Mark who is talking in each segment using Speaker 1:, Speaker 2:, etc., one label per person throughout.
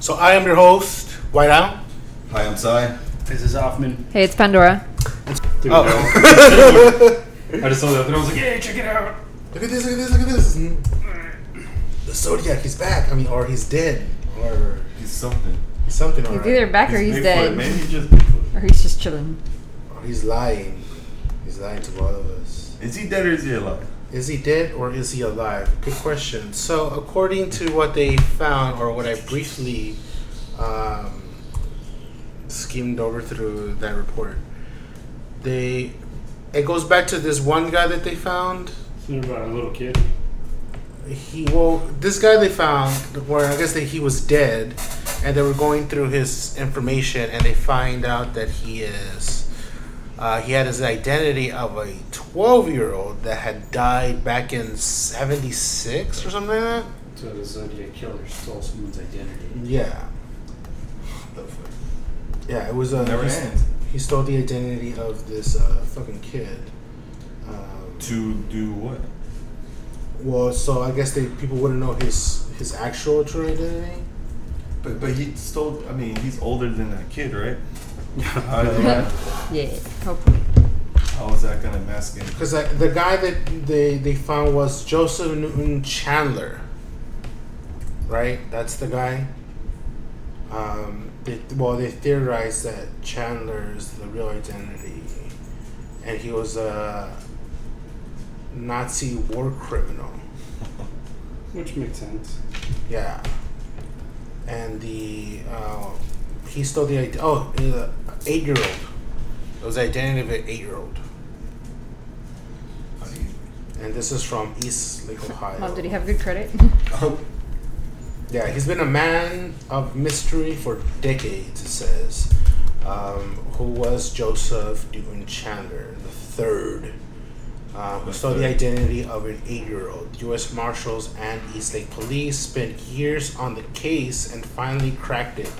Speaker 1: So I am your host, White Out.
Speaker 2: Hi, I'm Sai.
Speaker 3: This is Hoffman.
Speaker 4: Hey, it's Pandora.
Speaker 3: Dude, no. I just saw that and I was like, yeah, check it out.
Speaker 1: Look at this, look at this, look at this. The Zodiac, he's back. I mean, or he's dead.
Speaker 2: Or he's something.
Speaker 1: He's something
Speaker 4: He's
Speaker 1: alright.
Speaker 4: either back or he's
Speaker 2: Bigfoot.
Speaker 4: dead.
Speaker 2: Maybe he's just Bigfoot.
Speaker 4: Or he's just chilling.
Speaker 1: Or he's lying. He's lying to all of us.
Speaker 2: Is he dead or is he alive?
Speaker 1: Is he dead or is he alive? Good question. So, according to what they found, or what I briefly um, skimmed over through that report, they it goes back to this one guy that they found.
Speaker 3: Something about a little kid.
Speaker 1: He well, this guy they found where I guess that he was dead, and they were going through his information, and they find out that he is. Uh, he had his identity of a 12 year old that had died back in 76 or something like that.
Speaker 3: So the Zodiac killer stole someone's identity.
Speaker 1: Yeah. Yeah, it was a.
Speaker 2: Never
Speaker 1: he,
Speaker 2: ends.
Speaker 1: he stole the identity of this uh, fucking kid. Um,
Speaker 2: To do what?
Speaker 1: well, so I guess they people wouldn't know his his actual true identity.
Speaker 2: But but he stole. I mean, he's older than that kid, right? how, is that,
Speaker 4: Yeah, hopefully.
Speaker 2: how is that gonna mask him?
Speaker 1: Because like, the guy that they, they found was Joseph Newton Chandler. Right? That's the guy. Um, they, well, they theorized that Chandler is the real identity. And he was a Nazi war criminal.
Speaker 3: Which makes sense.
Speaker 1: Yeah. And the. Uh, he stole the. ide- Oh, the eight year old. It was the identity of an eight year old.
Speaker 2: How do you-
Speaker 1: And this is from East Lake, Ohio.
Speaker 4: Mom, did he have good credit?
Speaker 2: Oh,
Speaker 1: Yeah, he's been a man of mystery for decades, it says. Um, who was Joseph Newton Chandler the third, uh, who
Speaker 2: The
Speaker 1: stole the
Speaker 2: third.
Speaker 1: identity of an eight-year-old. U.S. Marshals and Eastlake Police spent years on the case and finally cracked it,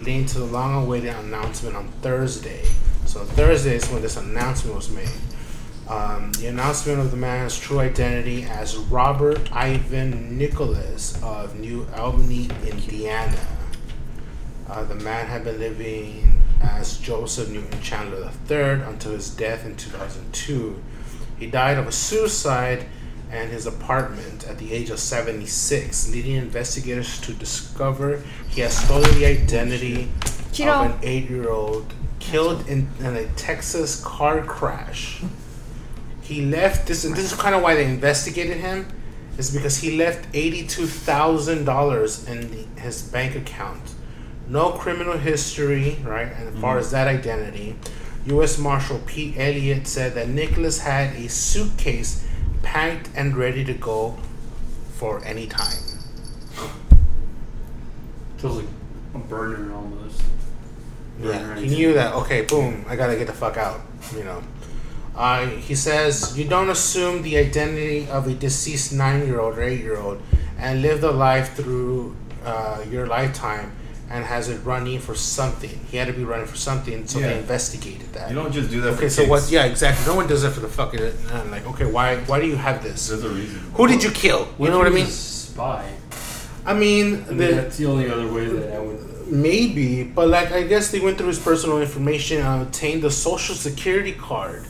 Speaker 1: leading to the long-awaited announcement on Thursday. So Thursday is when this announcement was made. Um, the announcement of the man's true identity as Robert Ivan Nicholas of New Albany, Indiana. Uh, the man had been living as Joseph Newton Chandler III until his death in 2002. He died of a suicide in his apartment at the age of 76, leading investigators to discover he has stolen the identity
Speaker 4: Cheeto.
Speaker 1: of an eight year old killed in, in a Texas car crash. He left this, and this is kind of why they investigated him, is because he left eighty-two thousand dollars in the, his bank account. No criminal history, right? And as far as that identity, U.S. Marshal Pete Elliott said that Nicholas had a suitcase packed and ready to go for any time.
Speaker 3: Feels like a burner almost.
Speaker 1: Yeah, he knew that. Okay, boom. I gotta get the fuck out. You know. Uh, he says you don't assume the identity of a deceased nine-year-old or eight-year-old and live the life through uh, your lifetime and has it running for something. He had to be running for something, so
Speaker 2: Yeah.
Speaker 1: they investigated that.
Speaker 2: you don't just do that.
Speaker 1: okay,
Speaker 2: for
Speaker 1: so
Speaker 2: kicks.
Speaker 1: what? Yeah, exactly. No one does that for the fucking. uh, like, okay, why? Why do you have this?
Speaker 2: There's a reason.
Speaker 1: Who did you kill? You know what I mean?
Speaker 3: Spy.
Speaker 1: I mean,
Speaker 3: I mean,
Speaker 1: the,
Speaker 3: that's the only other way that I would.
Speaker 1: Maybe, but like I guess they went through his personal information and obtained the social security card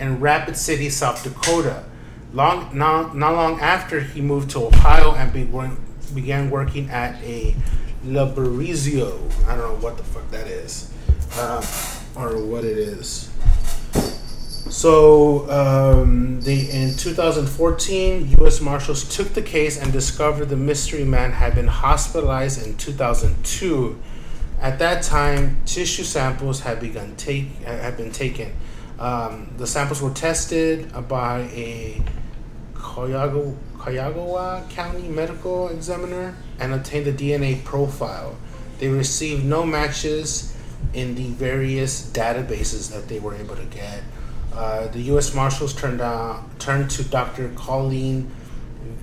Speaker 1: in Rapid City, South Dakota. Long not, not long after, he moved to Ohio and began, began working at a laborizio. I don't know what the fuck that is, um, or what it is. So, um, they, in 2014, U.S. Marshals took the case and discovered the mystery man had been hospitalized in 2002. At that time, tissue samples had begun take had been taken. Um, the samples were tested by a Cuyahoga, Cuyahoga County medical examiner and obtained the DNA profile. They received no matches in the various databases that they were able to get. Uh, the U.S. Marshals turned uh, turned to Dr. Colleen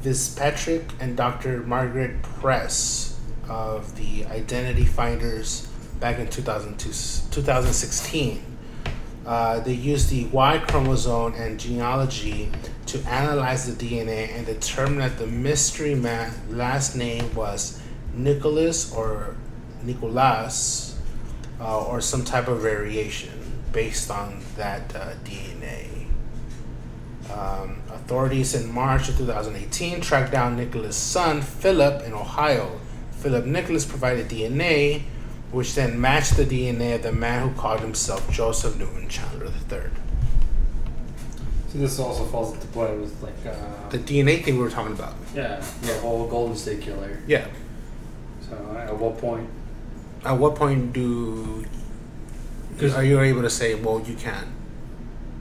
Speaker 1: Fitzpatrick and Dr. Margaret Press of the Identity Finders back in 2002, 2016. Uh, they used the Y chromosome and genealogy to analyze the DNA and determine that the mystery man last name was Nicholas or Nicolas uh, or some type of variation based on that uh, DNA. Um, authorities in March of 2018 tracked down Nicholas' son, Philip, in Ohio. Philip Nicholas provided DNA, which then matched the DNA of the man who called himself Joseph Newton Chandler III.
Speaker 3: So this also falls into play with like, uh,
Speaker 1: The DNA thing we were talking about.
Speaker 3: yeah, the whole Golden State Killer.
Speaker 1: Yeah.
Speaker 3: So at what point?
Speaker 1: At what point do
Speaker 3: 'Cause-
Speaker 1: are you able to say, well, you can?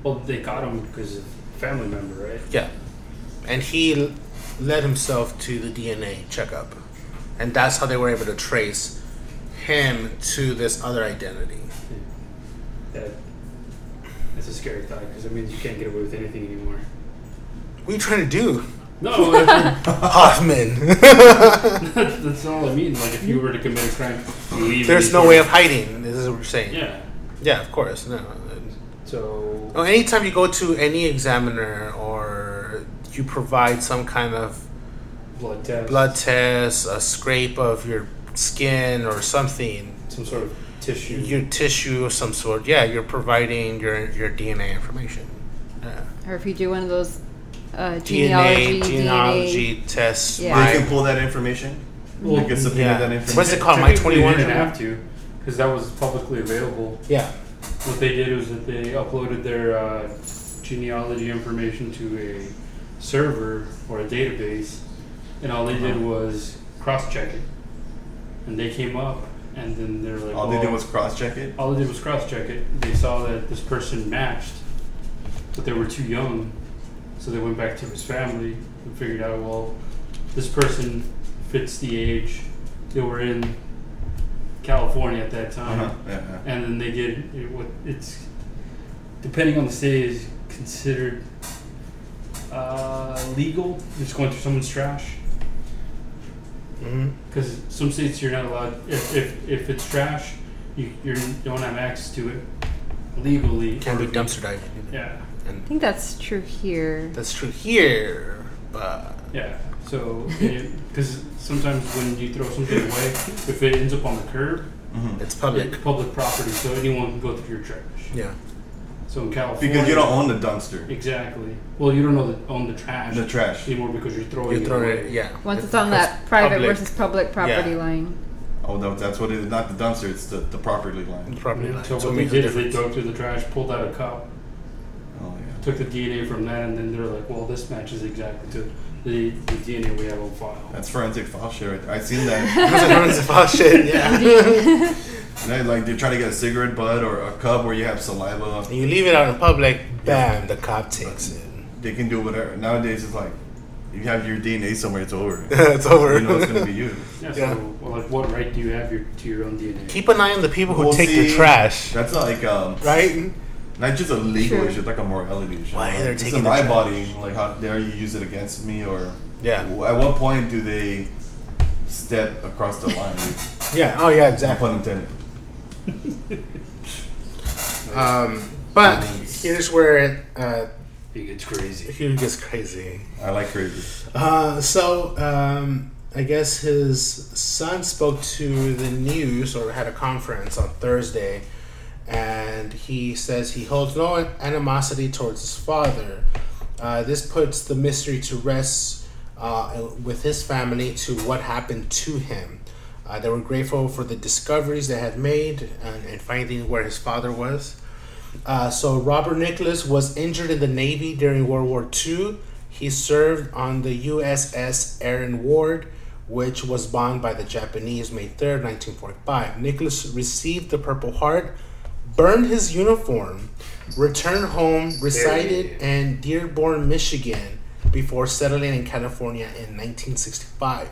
Speaker 3: Well, they got him because of family member, right?
Speaker 1: Yeah. And he l- led himself to the DNA checkup. And that's how they were able to trace him to this other identity.
Speaker 3: That that's a scary thought because it means you can't get away with anything anymore.
Speaker 1: What are you trying to do?
Speaker 3: No, that's,
Speaker 1: Hoffman.
Speaker 3: that's all I mean. Like if you were to commit a crime, leave
Speaker 1: There's
Speaker 3: any
Speaker 1: no
Speaker 3: sort
Speaker 1: way of hiding. This is what you're saying.
Speaker 3: Yeah.
Speaker 1: Yeah, of course. No.
Speaker 3: So
Speaker 1: Oh, anytime you go to any examiner or you provide some kind of
Speaker 3: blood test,
Speaker 1: blood test, a scrape of your skin or something,
Speaker 3: some sort of tissue.
Speaker 1: your tissue of some sort. Yeah, you're providing your your DNA information. Uh, Yeah.
Speaker 4: Or if you do one of those uh,
Speaker 1: DNA,
Speaker 4: genealogy, DNA,
Speaker 1: genealogy tests.
Speaker 4: Yeah.
Speaker 2: They can
Speaker 1: My,
Speaker 2: pull that information.
Speaker 3: Well,
Speaker 2: They can subpoena
Speaker 1: yeah.
Speaker 2: that
Speaker 1: What's
Speaker 2: information.
Speaker 1: it called? My
Speaker 3: Technically,
Speaker 1: 21?
Speaker 3: They didn't have to because that was publicly available.
Speaker 1: yeah.
Speaker 3: What they did was that they uploaded their uh, genealogy information to a server or a database, and all they
Speaker 1: Uh-huh.
Speaker 3: did was cross check it. And they came up, and then they're like,
Speaker 2: All they
Speaker 3: "Oh,
Speaker 2: did was cross-check it.
Speaker 3: all they did was cross check it. They saw that this person matched, but they were too young. So they went back to his family and figured out, well, this person fits the age. They were in California at that time.
Speaker 2: Uh-huh. Yeah, yeah.
Speaker 3: And then they did it, what it's, depending on the state, is considered uh, legal. It's going through someone's trash.
Speaker 2: Mm-hmm.
Speaker 1: hmm
Speaker 3: Because some states you're not allowed, if, if, if it's trash, you you're, you don't have access to it legally.
Speaker 1: Can
Speaker 3: or
Speaker 1: be
Speaker 3: if you-
Speaker 1: dumpster diving.
Speaker 3: Yeah,
Speaker 4: I
Speaker 1: And
Speaker 4: think that's true here.
Speaker 1: that's true here, but
Speaker 3: yeah. So, because sometimes when you throw something away, if it ends up on the curb,
Speaker 2: Mhm.
Speaker 1: it's public.
Speaker 3: it's public property, so anyone can go through your trash.
Speaker 1: Yeah.
Speaker 3: So in California.
Speaker 2: Because you don't own the dumpster,
Speaker 3: Exactly. Well, you don't know the, own the trash
Speaker 2: the trash.
Speaker 3: anymore because you're throwing
Speaker 1: You
Speaker 3: it
Speaker 1: throw
Speaker 3: away.
Speaker 1: it. Yeah.
Speaker 4: Once it's on
Speaker 1: because
Speaker 4: that private
Speaker 1: public
Speaker 4: versus public property
Speaker 1: Yeah.
Speaker 4: line.
Speaker 2: Oh, no, that's what it is. Not the dumpster. It's the, the property line.
Speaker 1: property line.
Speaker 3: So
Speaker 1: So it
Speaker 3: what they
Speaker 1: makes a
Speaker 3: did is they
Speaker 1: difference.
Speaker 3: dug through the trash, pulled out a cup,
Speaker 2: Oh yeah.
Speaker 3: took the DNA from that, and then they're like, well, this matches exactly to the, the DNA we have on file.
Speaker 2: That's forensic file share. right there. I seen that.
Speaker 1: Because it runs the file shit, Yeah.
Speaker 2: and I, like they're trying to get a cigarette butt or a cup where you have saliva.
Speaker 1: you leave it out in public, bam, the cop takes it.
Speaker 2: They can do whatever. Nowadays, it's like if you have your DNA somewhere, it's over.
Speaker 1: it's over.
Speaker 2: you know it's gonna be you.
Speaker 3: Yeah,
Speaker 1: Yeah.
Speaker 3: So, well, like, what right do you have your, to your own DNA?
Speaker 1: Keep an eye on the people who
Speaker 2: We'll
Speaker 1: take
Speaker 2: see.
Speaker 1: the trash,
Speaker 2: That's not like um,
Speaker 1: right?
Speaker 2: not just a legal
Speaker 4: Sure.
Speaker 2: issue, it's like a morality issue.
Speaker 1: Why
Speaker 2: Like,
Speaker 1: they're
Speaker 2: this
Speaker 1: taking
Speaker 2: is
Speaker 1: the
Speaker 2: my
Speaker 1: trash.
Speaker 2: body. Like how dare you use it against me or
Speaker 1: Yeah.
Speaker 2: At what point do they step across the line?
Speaker 1: Yeah. Oh, yeah. Exactly.
Speaker 2: Pun intended.
Speaker 1: Um, but here's where uh,
Speaker 3: It gets crazy.
Speaker 1: Hugh gets crazy.
Speaker 2: I like crazy.
Speaker 1: Uh, so um, I guess his son spoke to the news or had a conference on Thursday, and he says he holds no animosity towards his father. Uh, this puts the mystery to rest uh, with his family to what happened to him. Uh, they were grateful for the discoveries they had made and, and finding where his father was. Uh, so, Robert Nicholas was injured in the Navy during World War II. He served on the USS Aaron Ward, which was bombed by the Japanese May 3rd, 1945. Nicholas received the Purple Heart, burned his uniform, returned home, resided in Dearborn, Michigan, before settling in California in 1965.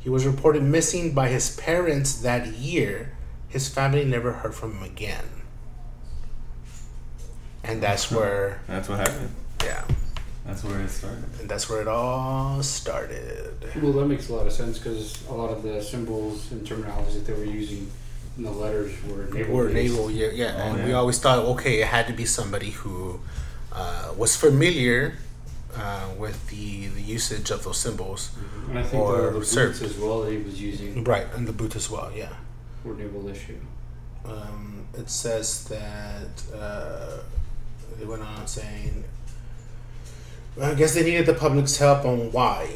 Speaker 1: He was reported missing by his parents that year. His family never heard from him again. And that's where,
Speaker 2: That's what happened.
Speaker 1: yeah,
Speaker 2: That's where it started.
Speaker 1: and that's where it all started.
Speaker 3: Well, that makes a lot of sense because a lot of the symbols and terminology that they were using in the letters were
Speaker 1: They
Speaker 3: naval.
Speaker 1: were naval, yeah, yeah.
Speaker 2: Oh,
Speaker 1: and we
Speaker 2: yeah.
Speaker 1: always thought, okay, it had to be somebody who uh, was familiar uh, with the, the usage of those symbols.
Speaker 3: And I think
Speaker 1: Or
Speaker 3: the, the boots
Speaker 1: served.
Speaker 3: as well that he was using
Speaker 1: Right, and the boot as well, yeah.
Speaker 3: were naval issue.
Speaker 1: um, it says that uh, they went on saying, well, I guess they needed the public's help on why.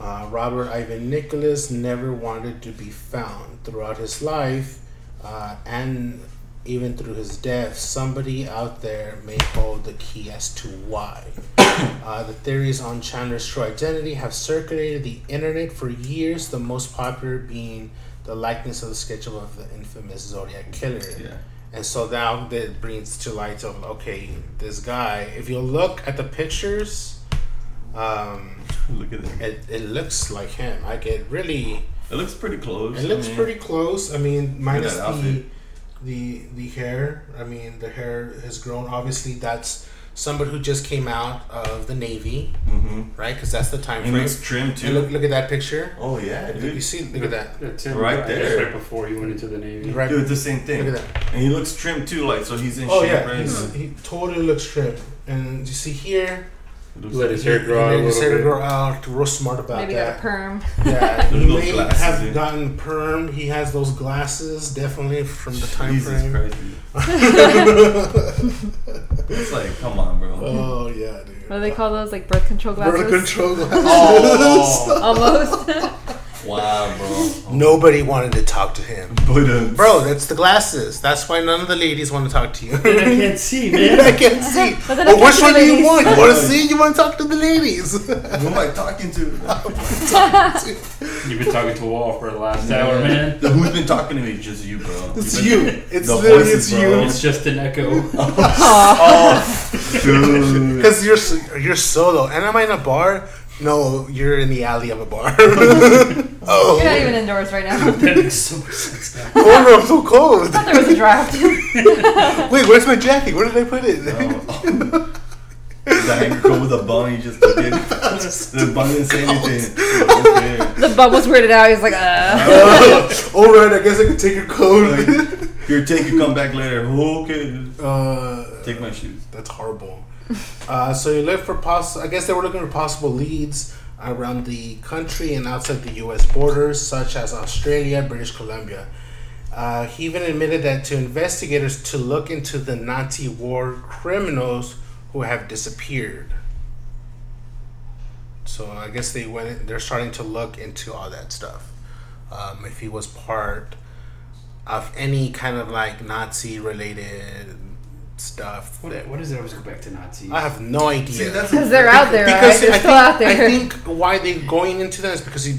Speaker 1: Uh, Robert Ivan Nicholas never wanted to be found throughout his life uh, and even through his death. Somebody out there may hold the key as to why. Uh, the theories on Chandler's true identity have circulated the internet for years, the most popular being the likeness of the sketch of the infamous Zodiac Killer.
Speaker 2: Yeah.
Speaker 1: And so now that brings to light of okay, this guy. If you look at the pictures, um,
Speaker 2: Look at that.
Speaker 1: it, it looks like him. Like it really,
Speaker 2: It looks pretty close.
Speaker 1: it looks
Speaker 2: I mean,
Speaker 1: pretty close. I mean, minus
Speaker 2: that
Speaker 1: the
Speaker 2: outfit.
Speaker 1: the the hair. I mean, the hair has grown. Obviously, that's somebody who just came out of the Navy,
Speaker 2: Mhm.
Speaker 1: right? Because that's the time
Speaker 2: It
Speaker 1: frame.
Speaker 2: looks trim
Speaker 1: And look,
Speaker 2: too.
Speaker 1: look at that picture.
Speaker 2: Oh yeah,
Speaker 1: Look, you
Speaker 2: dude.
Speaker 1: see, look at that.
Speaker 3: That's him
Speaker 2: Right
Speaker 3: I guess
Speaker 2: there.
Speaker 3: Right before he went into the Navy.
Speaker 1: Right.
Speaker 2: Dude, it's the same thing.
Speaker 1: Look at
Speaker 2: And he looks trim too. Like so, he's in
Speaker 1: Oh
Speaker 2: shape
Speaker 1: yeah,
Speaker 2: right
Speaker 1: he's,
Speaker 2: now.
Speaker 1: he totally looks trim. And you see here.
Speaker 2: It looks
Speaker 3: Let
Speaker 2: like-
Speaker 3: his hair grow out a
Speaker 1: Maybe
Speaker 3: little
Speaker 1: Sarah
Speaker 3: bit.
Speaker 1: grow out, real smart about
Speaker 4: Maybe got a
Speaker 1: that.
Speaker 4: perm.
Speaker 1: yeah, he
Speaker 2: Those
Speaker 1: may
Speaker 2: glasses,
Speaker 1: have
Speaker 2: dude.
Speaker 1: gotten perm. He has those glasses definitely from the time
Speaker 2: Jesus
Speaker 1: frame.
Speaker 2: Christ. dude. it's like, come on, bro.
Speaker 1: Oh yeah, dude.
Speaker 4: What do they call those? Like birth control glasses?
Speaker 1: Birth control glasses.
Speaker 2: Oh,
Speaker 4: Almost.
Speaker 2: wow, bro.
Speaker 1: Nobody wanted to talk to him,
Speaker 2: But, uh,
Speaker 1: bro. That's the glasses. That's why none of the ladies want to talk to you.
Speaker 3: I can't see, man.
Speaker 1: I can't see.
Speaker 4: But then I
Speaker 1: Well,
Speaker 4: can't
Speaker 1: which
Speaker 4: see
Speaker 1: one do
Speaker 4: the
Speaker 1: you
Speaker 4: ladies.
Speaker 1: want? You want to see? You want to talk to the ladies?
Speaker 2: who am I talking to?
Speaker 3: You've been talking to a wall for the last hour, man.
Speaker 2: Who's been talking to me? Just you, bro.
Speaker 1: It's
Speaker 2: been-
Speaker 1: you. It's
Speaker 2: The
Speaker 1: literally
Speaker 2: voices,
Speaker 1: it's
Speaker 2: bro.
Speaker 1: you.
Speaker 3: It's just an echo.
Speaker 2: Dude.
Speaker 1: Because you're s- you're solo. And am I in a bar? No, you're in the alley of a bar.
Speaker 4: You're not
Speaker 1: oh,
Speaker 4: even indoors right now. I
Speaker 3: that makes so much sense now.
Speaker 1: oh no, I'm so cold.
Speaker 4: thought there was a draft.
Speaker 1: Wait, where's my jacket? Where did I put it?
Speaker 2: Oh. the hanger go with a bun, he just took it. the bun didn't say anything. Okay.
Speaker 4: the bub was weirded out. He was like, uh.
Speaker 1: oh, all right, I guess I can take your coat.
Speaker 2: Like, your take, you come back later. Okay.
Speaker 1: uh,
Speaker 2: Take my shoes.
Speaker 1: that's horrible. Uh, so you look for possible. I guess they were looking for possible leads around the country and outside the U.S. borders, such as Australia, British Columbia. Uh, he even admitted that to investigators to look into the Nazi war criminals who have disappeared. So I guess they went. They're starting to look into all that stuff. Um, if he was part of any kind of like Nazi related stuff, that,
Speaker 3: What, what is it? I always go back to Nazis.
Speaker 1: I have no idea.
Speaker 4: Because they're out there, right?
Speaker 1: because
Speaker 4: They're
Speaker 1: I,
Speaker 4: still
Speaker 1: think,
Speaker 4: out
Speaker 1: I
Speaker 4: there.
Speaker 1: think why they're going into that is because he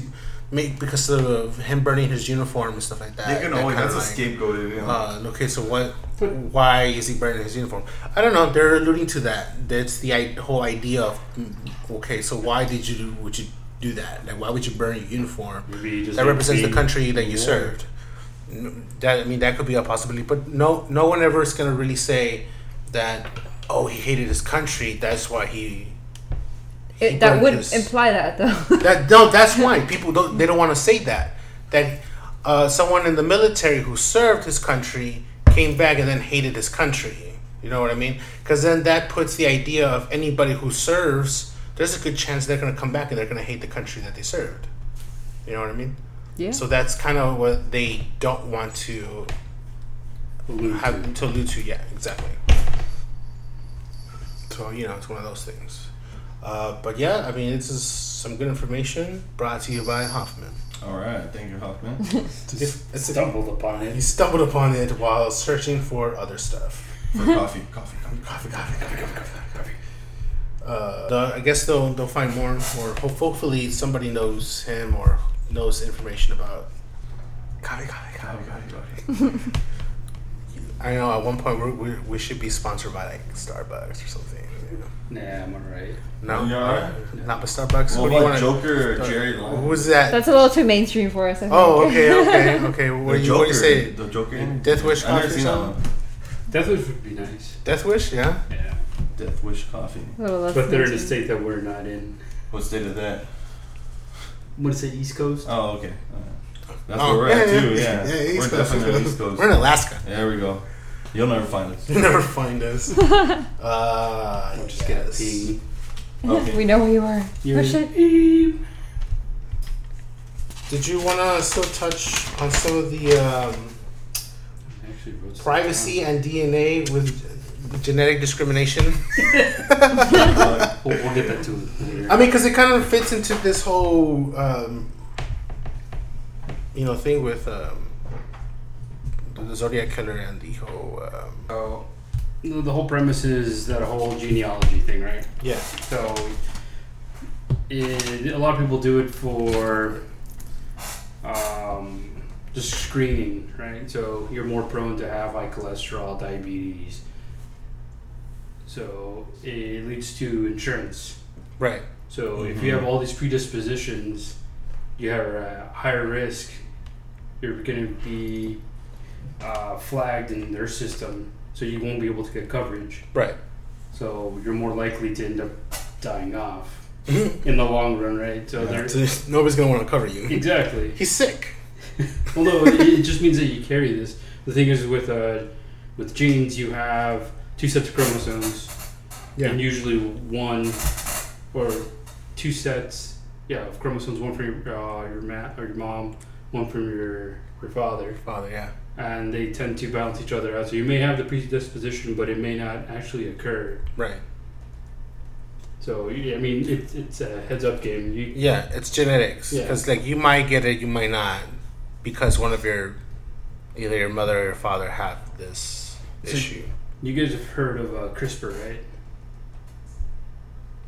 Speaker 1: made because of him burning his uniform and stuff like that.
Speaker 2: They can
Speaker 1: That
Speaker 2: always,
Speaker 1: kinda
Speaker 2: that's a
Speaker 1: like,
Speaker 2: scapegoat. You know?
Speaker 1: uh, okay, so what?
Speaker 3: But-
Speaker 1: Why is he burning his uniform? I don't know. They're alluding to that. That's the I- whole idea of mm, okay. So why did you do- would you do that? Like why would you burn your uniform?
Speaker 3: Maybe he just
Speaker 1: that
Speaker 3: like
Speaker 1: represents the
Speaker 3: being-
Speaker 1: country that you
Speaker 3: Yeah.
Speaker 1: served. N- That I mean, that could be a possibility, but no, no one ever is gonna really say that. Oh, he hated his country. That's why he. he
Speaker 4: It, that
Speaker 1: burned
Speaker 4: would
Speaker 1: his-
Speaker 4: imply that, though.
Speaker 1: that no, that's why people don't. They don't want to say that. That uh, someone in the military who served his country came back and then hated his country. You know what I mean? Because then that puts the idea of anybody who serves. There's a good chance they're going to come back and they're going to hate the country that they served. You know what I mean?
Speaker 4: yeah.
Speaker 1: So that's kind of what they don't want to
Speaker 3: Allude to.
Speaker 1: have to allude to. Yeah, exactly. So you know, it's one of those things. Uh, but yeah, I mean, this is some good information brought to you by Hoffman.
Speaker 2: All right, thank you, Hoffman.
Speaker 1: If- it's a-
Speaker 3: Stumbled upon
Speaker 1: he
Speaker 3: it.
Speaker 1: stumbled upon it while searching for other stuff.
Speaker 2: For coffee, coffee, coffee.
Speaker 1: Coffee, coffee, coffee, coffee, coffee, coffee. Uh, the- I guess they'll they'll find more, or ho- hopefully somebody knows him or knows information about. Coffee, coffee, coffee,
Speaker 2: Coffee,
Speaker 1: coffee.
Speaker 2: coffee, coffee.
Speaker 1: I know at one point we're, we we should be sponsored by like Starbucks or something. You know?
Speaker 3: Nah, I'm alright.
Speaker 1: No,
Speaker 2: You alright?
Speaker 1: not by Starbucks.
Speaker 2: What
Speaker 1: do you
Speaker 2: about
Speaker 1: wanna-
Speaker 2: Joker or
Speaker 1: uh,
Speaker 2: Jerry Long?
Speaker 1: Who's that?
Speaker 4: That's a little too mainstream for us. I think.
Speaker 1: oh, okay, okay, okay. What do
Speaker 2: the
Speaker 1: you what do you say?
Speaker 2: The Joker.
Speaker 1: Death Wish
Speaker 2: I've never
Speaker 1: coffee
Speaker 2: seen that
Speaker 1: song?
Speaker 2: one.
Speaker 3: Deathwish would be nice.
Speaker 1: Death Wish, yeah.
Speaker 3: Yeah.
Speaker 2: Death Wish coffee.
Speaker 4: A little less
Speaker 3: But they're in a
Speaker 4: mainstream.
Speaker 3: state that we're not in.
Speaker 2: What state is that?
Speaker 3: I'm gonna say East Coast.
Speaker 2: Oh, okay. All right. That's
Speaker 1: Oh,
Speaker 2: where we're at too. Yeah,
Speaker 1: yeah, East
Speaker 2: we're
Speaker 1: Coast,
Speaker 2: definitely on
Speaker 1: Coast.
Speaker 2: East Coast.
Speaker 1: We're in Alaska.
Speaker 2: There we go. You'll never find us.
Speaker 1: You'll never find us. uh,
Speaker 3: I'm just
Speaker 1: yes.
Speaker 3: gonna ping.
Speaker 2: Okay.
Speaker 4: We know where you are.
Speaker 3: You're-
Speaker 4: Oh, shit.
Speaker 3: Beep.
Speaker 1: Did you want to still touch on some of the um,
Speaker 3: I actually wrote some
Speaker 1: privacy
Speaker 3: down.
Speaker 1: and DNA with genetic discrimination?
Speaker 2: Uh,
Speaker 3: We'll, we'll get that to it later.
Speaker 1: I mean, because it kind of fits into this whole, um, you know, thing with um, the Zodiac killer and the whole. Um, oh,
Speaker 3: No, the whole premise is that whole genealogy thing, right?
Speaker 1: yeah.
Speaker 3: So, it, a lot of people do it for um, just screening, right? So you're more prone to have high cholesterol, diabetes. So it leads to insurance.
Speaker 1: Right.
Speaker 3: So if you have all these predispositions, you have a higher risk. You're going to be uh, flagged in their system, so you won't be able to get coverage.
Speaker 1: Right.
Speaker 3: So you're more likely to end up dying off
Speaker 1: Mhm.
Speaker 3: in the long run, right? So there,
Speaker 1: So nobody's gonna want to cover you.
Speaker 3: exactly.
Speaker 1: He's sick.
Speaker 3: Although it, it just means that you carry this. The thing is, with uh, with genes, you have two sets of chromosomes, and usually one or two sets, yeah, of chromosomes, one from your uh, your ma- or your mom, one from your your father,
Speaker 1: Father. Yeah.
Speaker 3: and they tend to balance each other out. So you may have the predisposition, but it may not actually occur.
Speaker 1: Right.
Speaker 3: So yeah, I mean, it's it's a heads up game. You
Speaker 1: Yeah, it's genetics.
Speaker 3: Yeah.
Speaker 1: Because like you might get it, you might not, because one of your, either your mother or your father have this
Speaker 3: So-
Speaker 1: issue.
Speaker 3: you guys have heard of uh, CRISPR, right?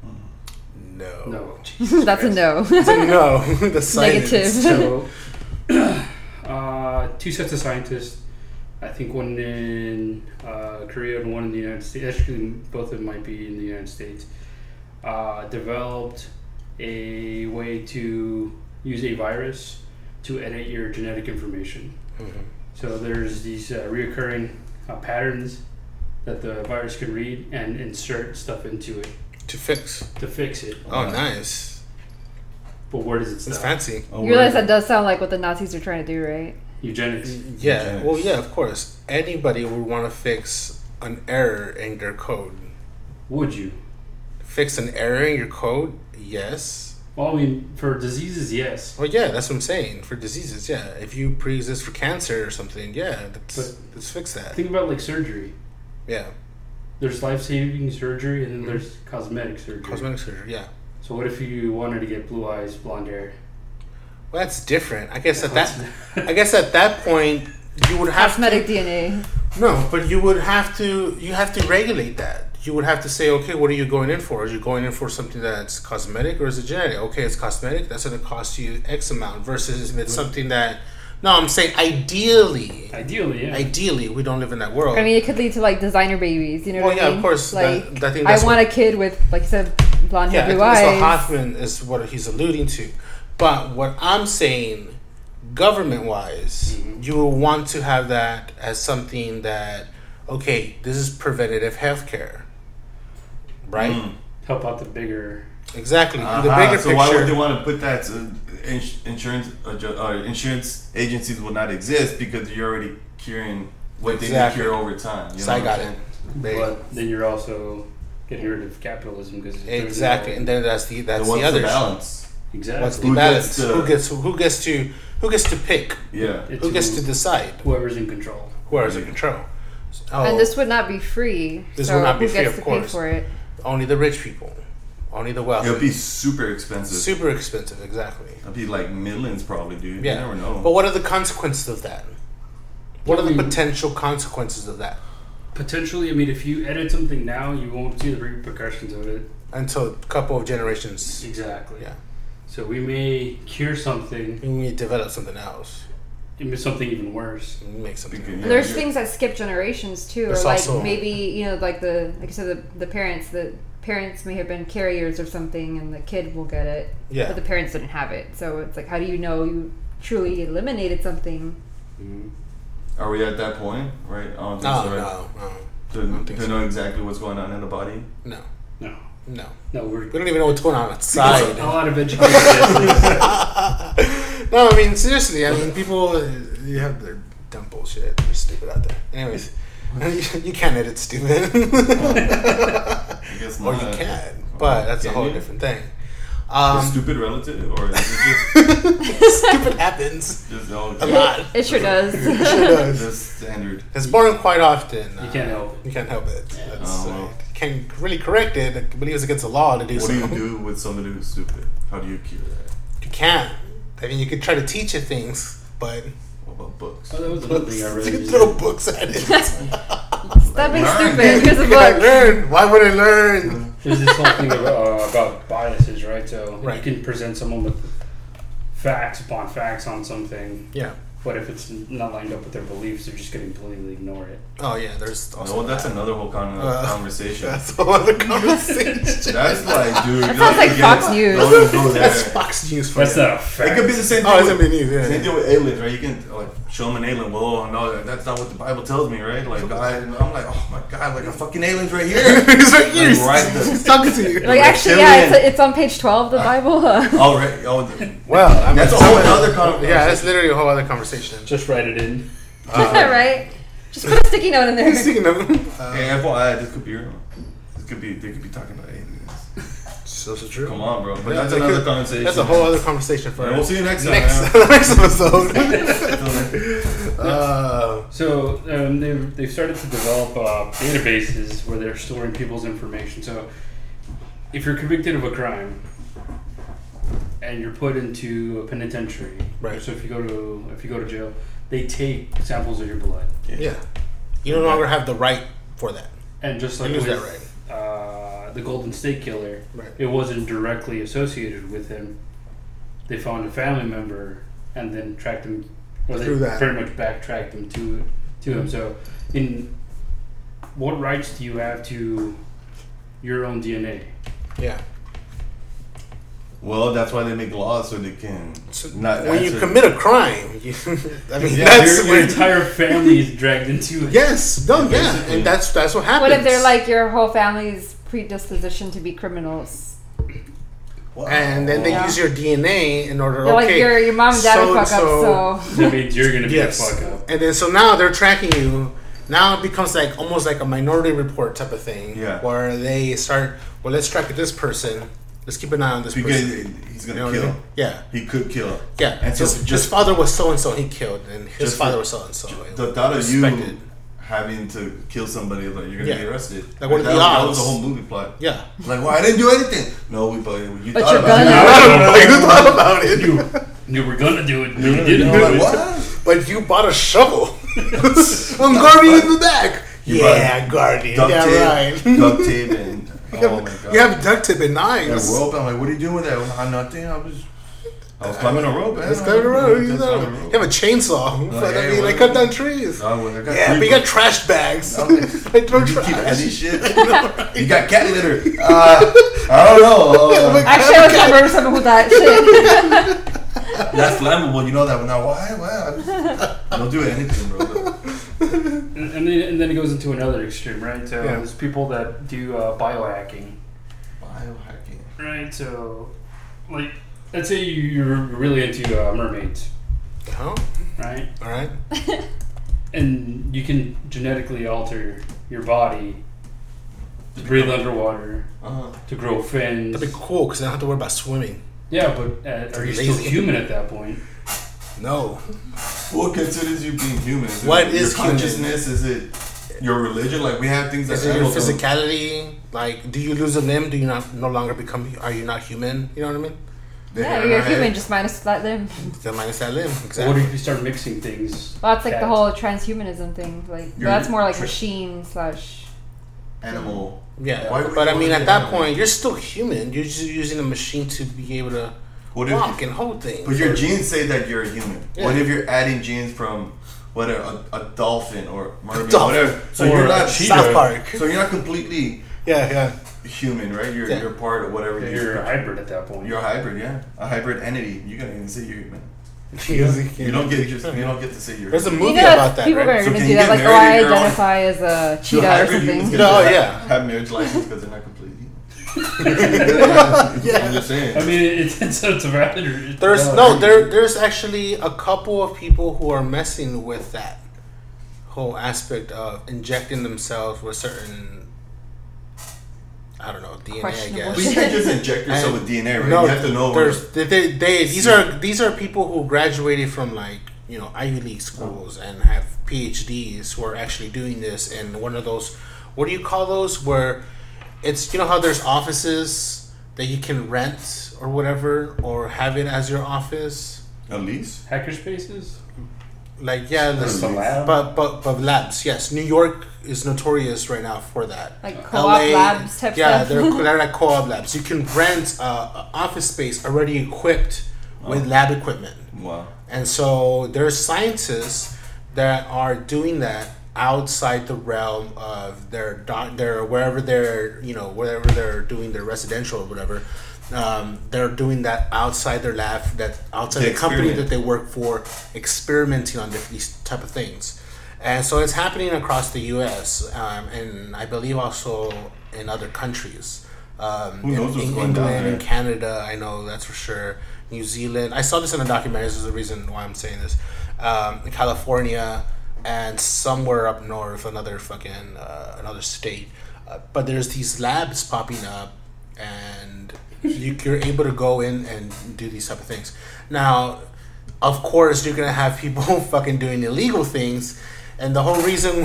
Speaker 1: No.
Speaker 3: No.
Speaker 4: That's a no.
Speaker 1: no. the science.
Speaker 4: Negative.
Speaker 3: So, uh, two sets of scientists. I think one in uh, Korea and one in the United States. Actually, both of them might be in the United States. Uh, developed a way to use a virus to edit your genetic information.
Speaker 1: Mhm.
Speaker 3: So there's these uh, reoccurring uh, patterns that the virus can read and insert stuff into it
Speaker 1: To fix.
Speaker 3: to fix it.
Speaker 1: Oh, nice.
Speaker 3: But where does it
Speaker 1: It's
Speaker 3: stop?
Speaker 1: fancy.
Speaker 2: oh,
Speaker 4: You realize
Speaker 2: we're-
Speaker 4: that does sound like what the Nazis are trying to do, right?
Speaker 3: Eugenics.
Speaker 1: Yeah.
Speaker 2: Genetics.
Speaker 1: Well, yeah. Of course, anybody would want to fix an error in their code.
Speaker 3: Would you?
Speaker 1: Fix an error in your code. Yes.
Speaker 3: Well, I mean, for diseases, yes.
Speaker 1: Well, yeah, that's what I'm saying. For diseases, yeah. If you pre-exist for cancer or something, yeah, let's, let's fix that.
Speaker 3: Think about like surgery.
Speaker 1: Yeah,
Speaker 3: There's life-saving surgery, and then there's cosmetic surgery.
Speaker 1: Mm-hmm. cosmetic surgery. Yeah,
Speaker 3: so what if you wanted to get blue eyes, blonde hair?
Speaker 1: well, that's different. I guess at that, I guess at that point, you would have
Speaker 4: Cosmetic
Speaker 1: to,
Speaker 4: DNA.
Speaker 1: no, but you would have to you have to regulate that. You would have to say, okay, what are you going in for? Are you going in for something that's cosmetic or is it genetic? Okay, it's cosmetic. That's going to cost you X amount versus if it's something that. No, I'm saying ideally,
Speaker 3: Ideally, yeah.
Speaker 1: ideally, we don't live in that world.
Speaker 4: I mean, it could lead to like designer babies. You know
Speaker 1: Well,
Speaker 4: what I
Speaker 1: Oh, yeah, of
Speaker 4: mean?
Speaker 1: course, that-
Speaker 4: Like,
Speaker 1: that thing
Speaker 4: I
Speaker 1: that's
Speaker 4: want a kid with, like you said, blonde
Speaker 1: Yeah, I think
Speaker 4: hair, blue
Speaker 1: so
Speaker 4: eyes.
Speaker 1: Hoffman is what he's alluding to. But what I'm saying, government wise,
Speaker 2: Mm-hmm.
Speaker 1: you will want to have that as something that, okay, this is preventative healthcare. Right?
Speaker 2: Mm.
Speaker 3: Help out the bigger.
Speaker 1: Exactly. In The
Speaker 2: Aha,
Speaker 1: bigger
Speaker 2: Uh-huh, so
Speaker 1: picture.
Speaker 2: why would they want to put that? Uh, ins- insurance uh, ju- uh, insurance agencies will not exist because you're already curing what
Speaker 1: Exactly.
Speaker 2: they can cure over time. You know
Speaker 1: so I
Speaker 2: what
Speaker 1: got
Speaker 2: I'm
Speaker 1: it.
Speaker 2: saying?
Speaker 1: There you go.
Speaker 3: But then you're also getting rid of capitalism because
Speaker 1: Exactly. And then that's the that's
Speaker 2: And
Speaker 1: the,
Speaker 2: what's the
Speaker 1: other
Speaker 2: balance?
Speaker 3: exactly.
Speaker 1: What's the
Speaker 2: Who gets
Speaker 1: balance?
Speaker 2: to-
Speaker 1: who gets who gets to who gets to pick?
Speaker 2: Yeah.
Speaker 3: It's
Speaker 1: Who gets to decide?
Speaker 3: whoever's in control?
Speaker 1: Who has the control? Oh,
Speaker 4: And this would not be free.
Speaker 1: This
Speaker 4: so
Speaker 1: would not be
Speaker 4: who
Speaker 1: free,
Speaker 4: gets
Speaker 1: of
Speaker 4: to
Speaker 1: course.
Speaker 4: pay for it?
Speaker 1: only the rich people. Only the wealthy.
Speaker 2: It'll be super expensive.
Speaker 1: super expensive, exactly.
Speaker 2: It'll be like millions probably, dude.
Speaker 1: Yeah.
Speaker 2: You never know.
Speaker 1: But what are the consequences of that? What
Speaker 3: I
Speaker 1: are the
Speaker 3: mean-
Speaker 1: potential consequences of that?
Speaker 3: Potentially, I mean, if you edit something now, you won't see the repercussions of it.
Speaker 1: Until a couple of generations,
Speaker 3: Exactly.
Speaker 1: Yeah.
Speaker 3: So we may cure something,
Speaker 1: we need to develop something else.
Speaker 3: even something even worse.
Speaker 1: We Make something.
Speaker 2: Because-
Speaker 1: else.
Speaker 2: yeah,
Speaker 4: There's
Speaker 2: you're-
Speaker 4: things that skip generations too, or
Speaker 1: There's
Speaker 4: like
Speaker 1: also-
Speaker 4: maybe you know, like the like you said, the, the parents, the parents may have been carriers or something, and the kid will get it,
Speaker 1: Yeah.
Speaker 4: but the parents didn't have it. So it's like, how do you know you truly eliminated something?
Speaker 1: Mm-hmm.
Speaker 2: Are we at that point? Right? I don't think
Speaker 1: No,
Speaker 2: so, right?
Speaker 1: no, no,
Speaker 2: To,
Speaker 1: don't think
Speaker 2: to
Speaker 1: so.
Speaker 2: know exactly what's going on in the body.
Speaker 1: no,
Speaker 3: No,
Speaker 1: no.
Speaker 3: no, we're
Speaker 1: We don't even know what's going on outside.
Speaker 3: Because a lot of educated guesses.
Speaker 1: no, I mean seriously. I mean people, uh, you have their dumb bullshit. You're stupid out there. Anyways, you can't edit stupid,
Speaker 2: I guess
Speaker 1: or
Speaker 2: not.
Speaker 1: you can, but that's a
Speaker 2: Uh, Can
Speaker 1: whole
Speaker 2: you?
Speaker 1: different thing.
Speaker 2: The
Speaker 1: Um,
Speaker 2: stupid relative, or is it
Speaker 1: stupid happens
Speaker 2: just, just all
Speaker 1: a lot. It
Speaker 4: It sure does.
Speaker 1: sure
Speaker 2: the
Speaker 1: does.
Speaker 2: standard?
Speaker 1: It's born quite often.
Speaker 3: You
Speaker 1: uh,
Speaker 3: can't help it.
Speaker 1: You can't help it. That's,
Speaker 2: Oh,
Speaker 1: uh,
Speaker 2: well.
Speaker 1: can really correct it. I believe it's against the law to do
Speaker 2: What
Speaker 1: so.
Speaker 2: do you do with somebody who's stupid? How do you cure that?
Speaker 1: You can't. I mean, you could try to teach it things, but
Speaker 2: What about books?
Speaker 3: Oh, that was another thing I read.
Speaker 1: you throw books at it.
Speaker 4: Stop being
Speaker 2: Learn.
Speaker 4: stupid. Here's a
Speaker 1: I
Speaker 4: book.
Speaker 1: learn. Why would I
Speaker 2: Uh-huh.
Speaker 1: learn?
Speaker 3: There's this whole thing about, uh, about biases, right? So
Speaker 1: Right.
Speaker 3: you can present someone with facts upon facts on something,
Speaker 1: Yeah.
Speaker 3: but if it's not lined up with their beliefs, they're just going to completely ignore it.
Speaker 1: Oh yeah. There's also.
Speaker 2: No, that's another whole con-
Speaker 1: Uh,
Speaker 2: conversation. That's,
Speaker 1: That's all the conversation.
Speaker 2: like, dude.
Speaker 4: That sounds like Fox News.
Speaker 2: Don't even go there.
Speaker 1: that's Fox News for
Speaker 3: That's
Speaker 1: you.
Speaker 3: not a fact.
Speaker 2: Oh, It could be the same thing.
Speaker 1: Oh, it's
Speaker 2: with-
Speaker 1: gonna be news. Yeah.
Speaker 2: Same deal with aliens, right? You can like show them an alien. Well, no, that- that's not what the Bible tells me, right? Like, I, I'm like, oh my god, like a fucking alien's right here.
Speaker 1: He's right here.
Speaker 2: Like, right there.
Speaker 1: He's talking to you.
Speaker 4: Like actually, yeah, it's, it's on page twelve
Speaker 1: Uh,
Speaker 4: of the Bible. Huh?
Speaker 2: All right, oh, the-
Speaker 1: Well, I mean,
Speaker 2: That's a whole other conversation.
Speaker 1: Yeah, that's literally a whole other conversation.
Speaker 3: Just write it in.
Speaker 1: uh.
Speaker 4: right? Just put a sticky note in there.
Speaker 1: Speaking of,
Speaker 2: hey, FYI, uh, this could be real. This could be. They could be talking about aliens.
Speaker 1: so it's true.
Speaker 2: Come on, bro. But
Speaker 1: Yeah,
Speaker 2: that's
Speaker 1: they
Speaker 2: another
Speaker 1: could-
Speaker 2: conversation.
Speaker 1: That's a whole other conversation for
Speaker 2: And we'll see you next time.
Speaker 1: next,
Speaker 2: man.
Speaker 1: next episode.
Speaker 2: Until then.
Speaker 1: uh,
Speaker 3: So um, they've, they've started to develop uh, databases where they're storing people's information. So if you're convicted of a crime and you're put into a penitentiary,
Speaker 1: Right.
Speaker 3: So if you go to if you go to jail, they take samples of your blood.
Speaker 1: yeah, you no longer have the right for that.
Speaker 3: And just
Speaker 1: I
Speaker 3: like
Speaker 1: use
Speaker 3: with
Speaker 1: that
Speaker 3: uh, the Golden State Killer,
Speaker 1: Right.
Speaker 3: it wasn't directly associated with him. They found a family member and then tracked him. Well, they
Speaker 1: Through that.
Speaker 3: pretty much backtracked him to to him. So, in what rights do you have to your own DNA?
Speaker 1: Yeah.
Speaker 2: Well, that's why they make laws so they can
Speaker 1: So
Speaker 2: not
Speaker 1: when you
Speaker 2: answer.
Speaker 1: commit a crime, you, I mean
Speaker 2: Yeah,
Speaker 1: that's
Speaker 3: Your, your
Speaker 1: when,
Speaker 3: entire family is dragged into it.
Speaker 1: yes, no, yeah,
Speaker 2: Basically.
Speaker 1: and that's that's what happens.
Speaker 4: What if they're like your whole family's predisposition to be criminals?
Speaker 2: Wow.
Speaker 1: and then they
Speaker 4: Yeah.
Speaker 1: use your DNA in order.
Speaker 4: They're
Speaker 1: okay,
Speaker 4: like your your mom and dad
Speaker 1: so
Speaker 4: are fuck
Speaker 1: so-
Speaker 4: up, so
Speaker 3: That means you're gonna be
Speaker 1: Yes.
Speaker 3: a fuck up.
Speaker 1: and then so now they're tracking you. Now it becomes like almost like a minority report type of thing,
Speaker 2: Yeah.
Speaker 1: where they start. Well, let's track this person. Let's keep an eye on this
Speaker 2: because
Speaker 1: person.
Speaker 2: he's
Speaker 1: You know
Speaker 2: gonna
Speaker 1: what I
Speaker 2: kill.
Speaker 1: mean? Yeah,
Speaker 2: He could kill.
Speaker 1: yeah.
Speaker 2: And so
Speaker 1: his,
Speaker 2: just,
Speaker 1: his father was so and so he killed, and his
Speaker 2: Just
Speaker 1: father
Speaker 2: for-
Speaker 1: was so and so.
Speaker 2: the thought of you having to kill somebody, like you're gonna
Speaker 1: Yeah.
Speaker 2: be arrested.
Speaker 1: Like, what are
Speaker 2: that,
Speaker 1: the
Speaker 2: that
Speaker 1: odds?
Speaker 2: was the whole movie plot.
Speaker 1: Yeah.
Speaker 2: Like, well, I didn't do anything. No, we but you
Speaker 4: But
Speaker 2: thought
Speaker 4: you're
Speaker 2: about it.
Speaker 4: gonna-
Speaker 1: I don't know. You thought about it.
Speaker 3: You, you were gonna do it, but you
Speaker 2: You
Speaker 3: didn't
Speaker 2: know,
Speaker 3: do
Speaker 2: like,
Speaker 3: it.
Speaker 2: what?
Speaker 1: But you bought a shovel. I'm guarding in the back.
Speaker 2: You
Speaker 1: yeah, guardian.
Speaker 2: Duct
Speaker 1: yeah,
Speaker 2: tape,
Speaker 1: right.
Speaker 2: duct tape, and oh my god.
Speaker 1: you have duct tape and
Speaker 2: And
Speaker 1: knives.
Speaker 2: rope. I'm like, what are you doing with that? I'm nothing. I was, I was climbing a rope. man.
Speaker 1: That's kind of rough. You,
Speaker 2: Just
Speaker 1: know.
Speaker 2: climbing a rope.
Speaker 1: you have a chainsaw.
Speaker 2: Oh,
Speaker 1: Fuck, I
Speaker 2: yeah,
Speaker 1: mean, I
Speaker 2: well-
Speaker 1: cut down trees.
Speaker 2: Oh, well, I got
Speaker 1: yeah,
Speaker 2: three
Speaker 1: but you got
Speaker 2: books.
Speaker 1: trash bags.
Speaker 2: I'm like,
Speaker 1: I throw
Speaker 2: you keep
Speaker 1: trash.
Speaker 2: any shit. You got cat litter. Uh, I don't know. Uh,
Speaker 4: actually I was gonna murder someone with that shit.
Speaker 2: that's flammable. You know that. Now, why? Why? I just- Don't do anything, bro.
Speaker 3: And, and, then, and then it goes into another extreme, right? So
Speaker 1: Yeah.
Speaker 3: there's people that do uh, biohacking.
Speaker 2: Biohacking.
Speaker 3: Right, so, like, let's say you- you're really into uh, mermaids,
Speaker 1: Huh?
Speaker 3: right?
Speaker 1: All right.
Speaker 3: And you can genetically alter your body to breathe underwater,
Speaker 2: Uh-huh.
Speaker 3: to grow fins.
Speaker 1: That'd be cool because I don't have to worry about swimming.
Speaker 3: Yeah, but uh, are you still
Speaker 1: Lazy.
Speaker 3: human at that point?
Speaker 1: No.
Speaker 2: What considers you being human? Is
Speaker 1: What
Speaker 2: your
Speaker 1: is human?
Speaker 2: consciousness? Is it your religion? Like we have things that
Speaker 1: Is it your
Speaker 2: animals don't.
Speaker 1: physicality? Like, do you lose a limb? Do you not no longer become? Are you not human? You know what I mean?
Speaker 2: The hair
Speaker 4: Yeah,
Speaker 2: on
Speaker 4: you're
Speaker 2: our
Speaker 4: human,
Speaker 2: head.
Speaker 4: just minus that limb.
Speaker 1: Then minus that limb.
Speaker 3: What
Speaker 1: Exactly.
Speaker 3: if you start mixing things?
Speaker 4: Well, that's like
Speaker 3: That-
Speaker 4: the whole transhumanism thing. Like,
Speaker 2: You're-
Speaker 4: well, that's more like
Speaker 2: tra-
Speaker 4: machine slash.
Speaker 2: Animal.
Speaker 1: yeah.
Speaker 2: Why would
Speaker 1: but
Speaker 2: you
Speaker 1: I mean,
Speaker 2: want
Speaker 1: at
Speaker 2: to
Speaker 1: that
Speaker 2: have-
Speaker 1: point, you're still human. You're just using a machine to be able to
Speaker 2: What if?
Speaker 1: walk and hold things.
Speaker 2: But your genes say that you're a human.
Speaker 1: Yeah.
Speaker 2: What if you're adding genes from what a, a, a dolphin or mermaid,
Speaker 1: dolphin.
Speaker 2: whatever? So
Speaker 3: Or
Speaker 2: you're
Speaker 3: a
Speaker 2: not
Speaker 3: cheetah.
Speaker 1: South Park.
Speaker 2: So you're not completely
Speaker 1: Yeah, yeah.
Speaker 2: human, right? You're
Speaker 1: Yeah.
Speaker 2: you're part of whatever
Speaker 3: You're a hybrid at that point.
Speaker 2: You're a hybrid, yeah. A hybrid entity. You gotta even say you're human.
Speaker 1: you
Speaker 2: You don't get just you don't get to say you're.
Speaker 1: There's a
Speaker 2: human.
Speaker 1: movie
Speaker 4: you know, that's-
Speaker 1: about that,
Speaker 4: people
Speaker 1: right?
Speaker 4: are
Speaker 2: So
Speaker 4: gonna
Speaker 2: can
Speaker 4: do
Speaker 2: you
Speaker 4: that.
Speaker 2: get
Speaker 4: Like, oh,
Speaker 2: married
Speaker 4: I
Speaker 2: if you're on-
Speaker 4: identify as a
Speaker 2: So
Speaker 4: cheetah or
Speaker 2: hybrid humans
Speaker 4: something.
Speaker 2: can
Speaker 1: No,
Speaker 2: just have-
Speaker 1: yeah.
Speaker 2: Have marriage license because they're not completely. yeah. I'm just saying.
Speaker 3: I mean, it's it's, it's a rather.
Speaker 1: There's no there. There's actually a couple of people who are messing with that whole aspect of injecting themselves with certain, I don't know, DNA. I
Speaker 4: Questionable
Speaker 2: but you
Speaker 1: guess.
Speaker 4: shit.
Speaker 2: can't just inject yourself with DNA, right?
Speaker 1: No,
Speaker 2: you have to know. where-
Speaker 1: there's they, they, they- these are these are people who graduated from like you know Ivy League schools
Speaker 2: Oh.
Speaker 1: and have PhDs who are actually doing this. And one of those, what do you call those? Where it's you know how there's offices that you can rent or whatever, or have it as your office.
Speaker 2: At least.
Speaker 3: hacker spaces.
Speaker 1: Like yeah,
Speaker 2: That's
Speaker 1: this,
Speaker 2: a
Speaker 3: lab.
Speaker 1: but but but labs. Yes, New York is notorious right now for that.
Speaker 4: Like co-op labs type
Speaker 1: yeah,
Speaker 4: stuff.
Speaker 1: they're, they're like co-op labs. You can rent uh, a office space already equipped with lab equipment,
Speaker 2: Wow.
Speaker 1: and so there's scientists that are doing that outside the realm of their doc, their wherever they're you know wherever they're doing their residential or whatever. Um, they're doing that outside their lab, that outside
Speaker 2: They
Speaker 1: the company
Speaker 2: experiment.
Speaker 1: that they work for, experimenting on different these type of things. And so it's happening across the U.S. Um, and I believe also in other countries. Um,
Speaker 2: Who knows
Speaker 1: in,
Speaker 2: what's
Speaker 1: in
Speaker 2: going down
Speaker 1: England, in
Speaker 2: there?
Speaker 1: Canada, I know that's for sure. New Zealand. I saw this in a documentary. This is the reason why I'm saying this. Um, California and somewhere up north, another fucking uh, another state. Uh, but there's these labs popping up, and you, you're able to go in and do these type of things. Now, of course you're gonna have people fucking doing illegal things and the whole reason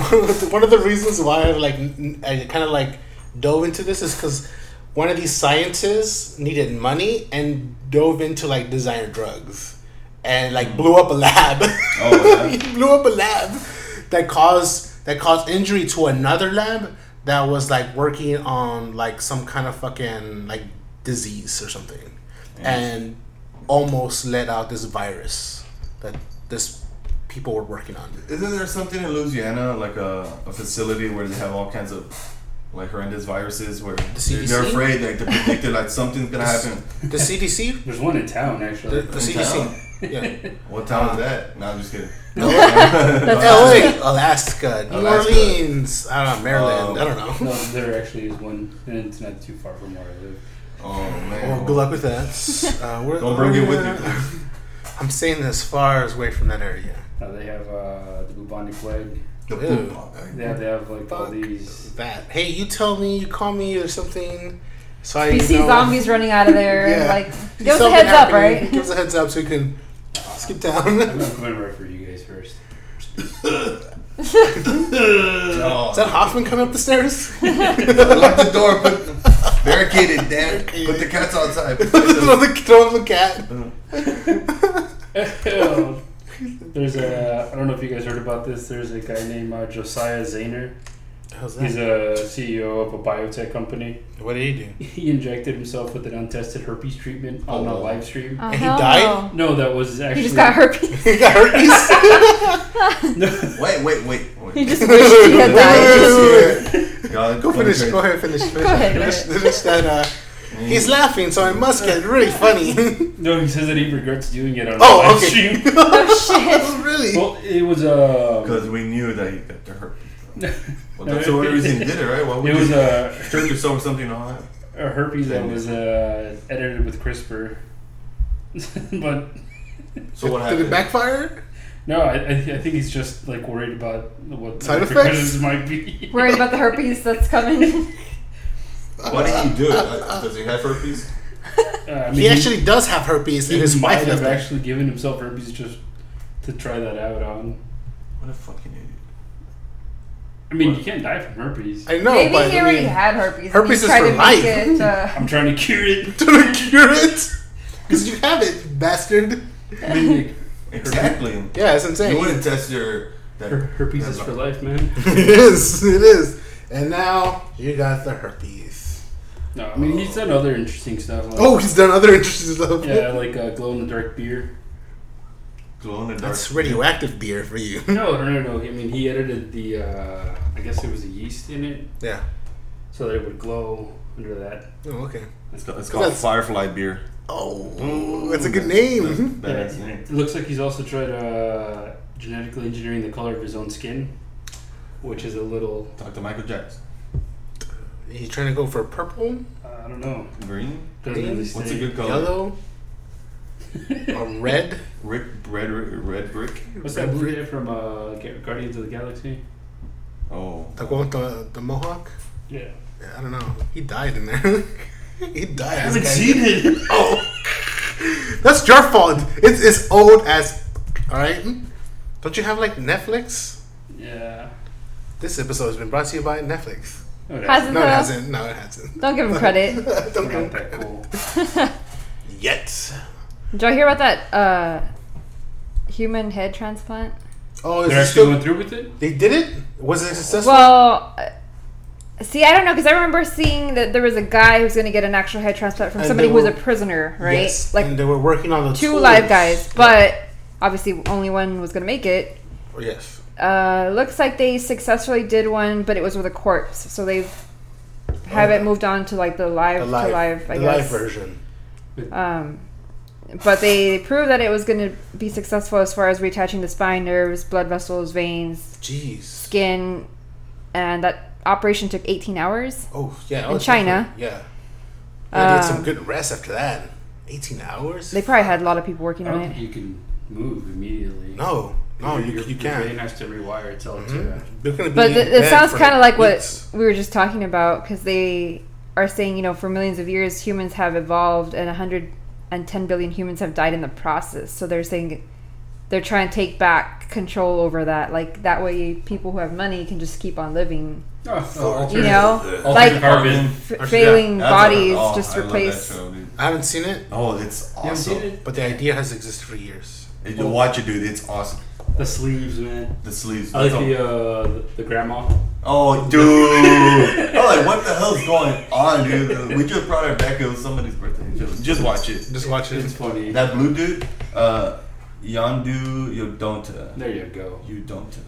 Speaker 1: one of the reasons why i like n- i kind of like dove into this is because one of these scientists needed money and dove into like designer drugs and like blew up a lab
Speaker 2: Oh, yeah?
Speaker 1: he blew up a lab that caused that caused injury to another lab that was like working on like some kind of fucking like disease or something and almost let out this virus that this people were working on.
Speaker 2: Isn't there something in Louisiana, like a, a facility where they have all kinds of like horrendous viruses where they're, they're
Speaker 1: CDC?
Speaker 2: afraid, like they're predicted, like something's gonna happen?
Speaker 1: The CDC,
Speaker 3: There's one in town
Speaker 1: the, the
Speaker 3: actually.
Speaker 2: In
Speaker 1: CDC, yeah,
Speaker 2: What town is that? No, I'm just kidding.
Speaker 1: LA, Alaska, New
Speaker 2: Alaska.
Speaker 1: Orleans, I don't know, Maryland,
Speaker 2: Um,
Speaker 1: I don't know.
Speaker 3: No, there actually is one, and it's not too far from where I live.
Speaker 2: Oh
Speaker 1: Well,
Speaker 2: man.
Speaker 1: good luck with that. Uh, we're-
Speaker 2: Don't bring it with
Speaker 1: we're-
Speaker 2: you. please.
Speaker 1: I'm staying as far as away from that area.
Speaker 3: Now they have uh, the bubonic plague.
Speaker 2: The
Speaker 1: Ew.
Speaker 2: poop.
Speaker 3: They have, they have like all
Speaker 1: Fuck
Speaker 3: these.
Speaker 1: that. Hey, you tell me, you call me or something. So I
Speaker 4: You see
Speaker 1: know-
Speaker 4: zombies running out of there.
Speaker 1: Yeah.
Speaker 4: Like,
Speaker 1: See
Speaker 4: give us a
Speaker 1: something
Speaker 4: heads up,
Speaker 1: happening,
Speaker 4: right?
Speaker 1: Give us a heads up so we can skip
Speaker 3: I'm
Speaker 1: down.
Speaker 3: not coming right for you guys first.
Speaker 2: Oh,
Speaker 1: Is
Speaker 3: Oh.
Speaker 1: that Hoffman coming up the stairs?
Speaker 2: Lock the door. Put barricade it, Dan. Put the cats outside.
Speaker 1: throw, the, throw the cat. Uh-huh.
Speaker 3: there's a. I don't know if you guys heard about this. There's a guy named uh, Josiah Zahner.
Speaker 1: How's
Speaker 3: He's a CEO of a biotech company.
Speaker 1: What did he do?
Speaker 3: He injected himself with an untested herpes treatment on a
Speaker 2: Oh.
Speaker 3: live stream.
Speaker 4: Oh,
Speaker 1: he
Speaker 4: hell
Speaker 1: died?
Speaker 4: no.
Speaker 3: No, that was actually.
Speaker 4: He just got herpes.
Speaker 1: he got herpes.
Speaker 2: Wait, wait, wait,
Speaker 4: He
Speaker 2: wait.
Speaker 4: just wished he had
Speaker 1: Wait, wait,
Speaker 4: died.
Speaker 1: wait,
Speaker 2: Y'all
Speaker 1: Go finish. Go ahead. Finish. finish.
Speaker 4: ahead,
Speaker 1: Finish,
Speaker 4: go ahead.
Speaker 1: finish that. Uh,
Speaker 2: Mm.
Speaker 1: he's laughing, so it must get really funny.
Speaker 3: No, he says that he regrets doing it on a
Speaker 1: Oh,
Speaker 3: live
Speaker 1: okay.
Speaker 3: stream.
Speaker 4: Oh,
Speaker 1: really?
Speaker 3: Well, it was um, a.
Speaker 2: Because we knew that he got the herpes.
Speaker 3: No,
Speaker 2: Well, that's the only reason he did it, right? Why would
Speaker 3: it was
Speaker 2: you
Speaker 3: a,
Speaker 2: turn yourself with something on?
Speaker 3: a herpes that was uh, edited with CRISPR. but
Speaker 2: So what
Speaker 1: Did
Speaker 2: happened?
Speaker 1: it backfire?
Speaker 3: no, I, I, th- I think he's just like worried about what the
Speaker 1: Side
Speaker 3: repercussions
Speaker 1: effects?
Speaker 3: might be.
Speaker 4: shit. Worried about the herpes that's coming.
Speaker 2: Why did he do it? Uh, Does he have herpes?
Speaker 3: Uh, I mean,
Speaker 1: He actually does have herpes, and his wife
Speaker 3: might have
Speaker 1: left him.
Speaker 3: actually given himself herpes just to try that out on.
Speaker 2: What a fucking idiot.
Speaker 3: I mean,
Speaker 2: What?
Speaker 3: you can't die from herpes. I,
Speaker 1: I know,
Speaker 4: Maybe
Speaker 1: but
Speaker 4: he
Speaker 1: I
Speaker 4: already
Speaker 1: mean,
Speaker 4: had herpes.
Speaker 1: herpes
Speaker 4: he
Speaker 1: is
Speaker 4: tried
Speaker 1: for
Speaker 4: to
Speaker 1: life.
Speaker 4: Make it, uh,
Speaker 3: am trying to cure it.
Speaker 1: to cure it because you have it, bastard.
Speaker 3: I mean, like,
Speaker 2: Exactly.
Speaker 1: Yeah, that's what I'm saying.
Speaker 2: You wouldn't test your that
Speaker 3: her- herpes is for life, man.
Speaker 1: it is. It is. And now you got the herpes.
Speaker 3: No, I mean he's done other interesting stuff. Like,
Speaker 1: Oh, he's done other interesting stuff.
Speaker 3: yeah, like uh, glow in the dark beer.
Speaker 2: glow in the dark.
Speaker 1: That's radioactive beer for you.
Speaker 3: No, no, no, no. I mean he edited the. Uh, I guess it was a yeast in it,
Speaker 1: Yeah.
Speaker 3: so that it would glow under that.
Speaker 1: Oh, okay.
Speaker 2: It's called, it's called
Speaker 1: That's-
Speaker 2: Firefly beer.
Speaker 1: Oh, that's a good
Speaker 2: That's
Speaker 1: name. Mm-hmm.
Speaker 2: badass
Speaker 3: Yeah,
Speaker 2: name.
Speaker 3: It looks like he's also tried uh, genetically engineering the color of his own skin, which is a little.
Speaker 2: Talk to Michael Jackson.
Speaker 1: You trying to go for purple,
Speaker 3: Uh, I don't know.
Speaker 2: Green.
Speaker 3: Doesn't really
Speaker 2: What's a
Speaker 3: say.
Speaker 2: good color?
Speaker 1: yellow, or red?
Speaker 2: Rick, red, red, red brick.
Speaker 3: What's that blue guy from uh, Ga- Guardians of the Galaxy?
Speaker 2: Oh,
Speaker 1: The one with the, the mohawk?
Speaker 3: Yeah.
Speaker 1: Yeah, I don't know. He died in there. he died.
Speaker 3: I haven't seen it.
Speaker 1: Oh, that's your fault. It's it's old as. All right. Don't you have like Netflix?
Speaker 3: Yeah.
Speaker 1: This episode has been brought to you by Netflix.
Speaker 3: Oh,
Speaker 4: Hasn't-
Speaker 1: No, it
Speaker 4: Uh-huh.
Speaker 1: hasn't. No, it hasn't.
Speaker 4: don't give him credit.
Speaker 1: Don't
Speaker 3: not
Speaker 1: give
Speaker 3: that
Speaker 1: him
Speaker 3: cool.
Speaker 4: uh,
Speaker 1: yet.
Speaker 4: Did y'all hear about that uh, human head transplant?
Speaker 1: Oh, is
Speaker 3: They're
Speaker 1: it
Speaker 3: actually
Speaker 1: still?
Speaker 3: going through with it.
Speaker 1: They did it. Was it successful?
Speaker 4: Well, uh, see, I don't know because I remember seeing that there was a guy who's going to get an actual head transplant from
Speaker 1: And
Speaker 4: somebody
Speaker 1: they
Speaker 4: who was a
Speaker 1: were-
Speaker 4: prisoner, right?
Speaker 1: Yes,
Speaker 4: like
Speaker 1: and they were working on the
Speaker 4: two
Speaker 1: tools.
Speaker 4: live guys, but obviously only one was going to make it.
Speaker 1: Oh, yes,
Speaker 4: Uh, looks like they successfully did one, but it was with a corpse, so they've have it moved on to like the live,
Speaker 1: Oh. the live,
Speaker 4: to live, I
Speaker 1: the live
Speaker 4: guess.
Speaker 1: version.
Speaker 4: Um, but they proved that it was going to be successful as far as reattaching the spine, nerves, blood vessels, veins,
Speaker 1: Jeez.
Speaker 4: skin, and that operation took 18 hours.
Speaker 1: Oh yeah. that
Speaker 4: In
Speaker 1: was
Speaker 4: China.
Speaker 1: different. Yeah. I did some
Speaker 4: Um,
Speaker 1: good rest after that. Eighteen hours.
Speaker 4: They probably had a lot of people working
Speaker 3: I
Speaker 4: on
Speaker 3: don't think
Speaker 4: it.
Speaker 3: you can move immediately.
Speaker 1: no, no,
Speaker 3: Your-
Speaker 1: you,
Speaker 3: your-
Speaker 1: you
Speaker 3: your Brain
Speaker 1: can't. Mm-hmm.
Speaker 3: has to rewire itself to.
Speaker 1: You're gonna be
Speaker 4: But
Speaker 1: in
Speaker 4: th- it
Speaker 1: bed
Speaker 4: sounds
Speaker 1: for
Speaker 4: kind of like what
Speaker 1: weeks.
Speaker 4: we were just talking about because they are saying, you know, for millions of years, humans have evolved and 110 billion humans have died in the process. So they're saying they're trying to take back control over that. Like, that way, people who have money can just keep on living.
Speaker 1: You
Speaker 3: Oh,
Speaker 4: You
Speaker 3: alternative-
Speaker 4: know?
Speaker 2: Altered
Speaker 4: Like,
Speaker 3: carbon.
Speaker 4: f-
Speaker 1: yeah,
Speaker 4: failing
Speaker 2: That's
Speaker 4: bodies
Speaker 2: what- oh,
Speaker 4: just
Speaker 2: I love that
Speaker 4: replace.
Speaker 2: show, dude.
Speaker 1: I haven't seen it,
Speaker 2: Oh, it's
Speaker 3: You haven't seen
Speaker 2: awesome.
Speaker 3: it? Oh.
Speaker 1: but the idea has existed for years.
Speaker 2: If you watch it, dude, it's awesome.
Speaker 3: The sleeves, man.
Speaker 2: The sleeves.
Speaker 3: I like
Speaker 2: that's
Speaker 3: the uh, the- the grandma.
Speaker 2: all- oh, dude. I'm like, what the hell's going on, dude? We just brought her back. It was somebody's birthday. Just, just watch it.
Speaker 1: Just watch it.
Speaker 3: It's funny.
Speaker 2: That blue dude, uh, Yandu Yodonta.
Speaker 3: There you go.
Speaker 2: Yodonta.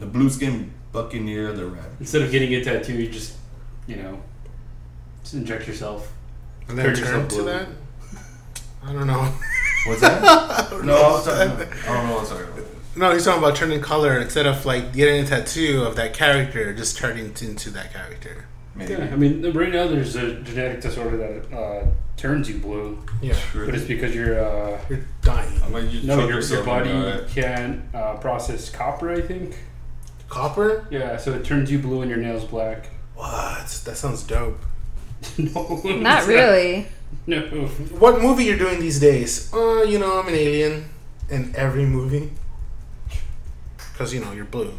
Speaker 2: A blue skinned buccaneer, the rabbit.
Speaker 3: Instead of getting a tattoo, you just you know just inject yourself.
Speaker 1: And then
Speaker 3: Curtis
Speaker 1: turn to
Speaker 3: Upload.
Speaker 1: that. I don't know.
Speaker 2: What's that? no, I was talking. I don't know what I was talking about.
Speaker 1: No, he's talking about turning color instead of like getting a tattoo of that character, just turning t- into that character.
Speaker 2: Maybe.
Speaker 3: Yeah, I mean right now there's a genetic disorder that uh, turns you blue,
Speaker 1: Yeah,
Speaker 3: but it's
Speaker 2: Sure.
Speaker 3: because your uh,
Speaker 1: you're dying.
Speaker 2: I'm gonna just
Speaker 3: no
Speaker 2: choke
Speaker 3: your, your
Speaker 2: yourself
Speaker 3: body
Speaker 2: and die.
Speaker 3: can't uh, process copper. I think.
Speaker 1: Copper?
Speaker 3: Yeah, so it turns you blue and your nails black.
Speaker 1: What? That sounds dope.
Speaker 3: no,
Speaker 4: Not
Speaker 3: it's
Speaker 4: really.
Speaker 3: No.
Speaker 1: What movie you're doing these days? Uh, you know, I'm an alien in every movie. Cause you know you're blue.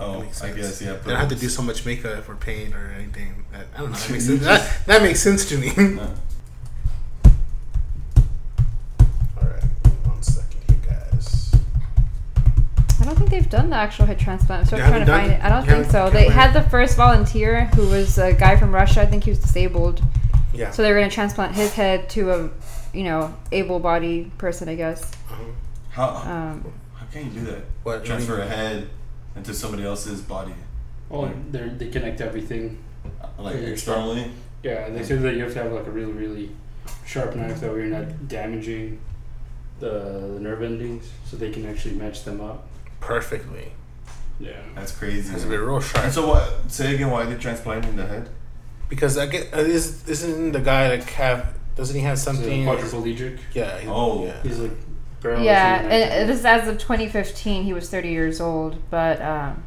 Speaker 2: Oh,
Speaker 1: makes
Speaker 2: I
Speaker 1: sense.
Speaker 2: guess yeah.
Speaker 1: They don't have to do so much makeup or paint or anything. That, I don't know. That makes sense. That, that makes sense to me.
Speaker 2: No.
Speaker 1: All right, one second, you guys.
Speaker 4: I don't think they've done the actual head transplant. I'm still
Speaker 1: They
Speaker 4: trying to
Speaker 1: haven't done
Speaker 4: find it. I don't
Speaker 1: it?
Speaker 4: think so.
Speaker 1: Haven't-
Speaker 4: They
Speaker 1: haven't-
Speaker 4: had the first volunteer who was a guy from Russia. I think he was disabled.
Speaker 1: Yeah.
Speaker 4: So they were going to transplant his head to a, you know, able-bodied person, I guess.
Speaker 1: Uh-huh.
Speaker 2: How
Speaker 4: Um,
Speaker 2: how can you do that?
Speaker 1: What?
Speaker 2: Transfer a head into somebody else's body, uh,
Speaker 3: Well, they're- they connect everything.
Speaker 2: like
Speaker 3: Yeah.
Speaker 2: externally.
Speaker 3: Yeah, they said that you have to have like a really, really sharp knife that way you're not damaging the, the nerve endings, so they can actually match them up.
Speaker 1: Perfectly.
Speaker 3: Yeah.
Speaker 2: That's crazy.
Speaker 1: Has to be real
Speaker 2: And
Speaker 1: sharp.
Speaker 2: so what? Say again. Why they transplanting the head?
Speaker 1: Because I get uh, is isn't the guy like have doesn't he have something?
Speaker 3: quadriplegic.
Speaker 1: Yeah. he-
Speaker 2: Oh.
Speaker 1: Yeah.
Speaker 3: He's like barely.
Speaker 4: yeah, and this is as of 2015. He was 30 years old, but um,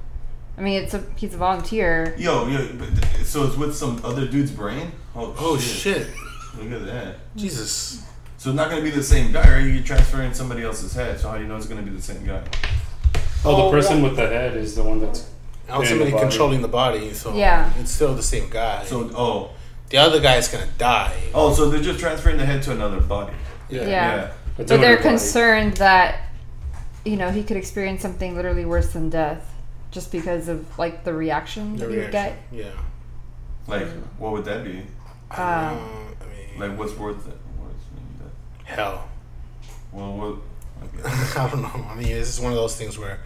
Speaker 4: I mean, it's a he's a volunteer.
Speaker 2: Yo, yo. But th- so it's with some other dude's brain. Oh,
Speaker 1: Oh shit!
Speaker 2: Look at that.
Speaker 1: Jesus.
Speaker 2: So it's not gonna be the same guy, right? You're transferring somebody else's head. So how do you know it's gonna be the same guy?
Speaker 3: Oh,
Speaker 1: Oh,
Speaker 3: the person with the head is the one that's
Speaker 1: ultimately
Speaker 5: the body.
Speaker 1: controlling the body. So
Speaker 4: Yeah.
Speaker 1: it's still the same guy.
Speaker 2: So oh
Speaker 1: the other guy's gonna die.
Speaker 2: oh, so they're just transferring the head to another body.
Speaker 4: Yeah.
Speaker 2: Yeah.
Speaker 5: But
Speaker 4: But they're concerned that, you know, he could experience something literally worse than death just because of, like, the reaction
Speaker 1: The
Speaker 4: that he would get.
Speaker 1: reaction. Yeah.
Speaker 2: Like what would that be?
Speaker 1: I
Speaker 4: Um,
Speaker 1: don't know. I mean,
Speaker 2: Like what's worth it? What's maybe that?
Speaker 1: hell.
Speaker 2: Well, what? Okay.
Speaker 1: I don't know. I mean, this is one of those things where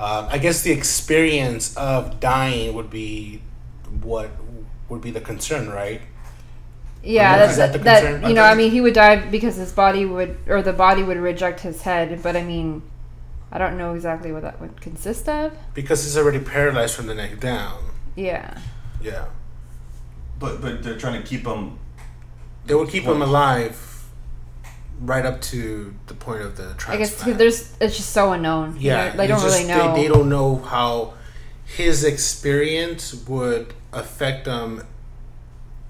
Speaker 1: uh, I guess the experience of dying would be what would be the concern, right?
Speaker 4: Yeah,
Speaker 1: Is
Speaker 4: that's,
Speaker 1: that the
Speaker 4: that,
Speaker 1: concern?
Speaker 4: you know,
Speaker 1: Okay.
Speaker 4: I mean, he would die because his body would, or the body would reject his head. But I mean, I don't know exactly what that would consist of.
Speaker 1: Because he's already paralyzed from the neck down.
Speaker 4: Yeah,
Speaker 1: Yeah.
Speaker 2: But but they're trying to keep them.
Speaker 1: They would keep him
Speaker 2: Well-
Speaker 1: alive right up to the point of the transplant.
Speaker 4: I guess 'cause there's it's just so unknown. You
Speaker 1: yeah,
Speaker 4: know, they don't
Speaker 1: it's just-
Speaker 4: really know.
Speaker 1: They, they don't know how his experience would affect them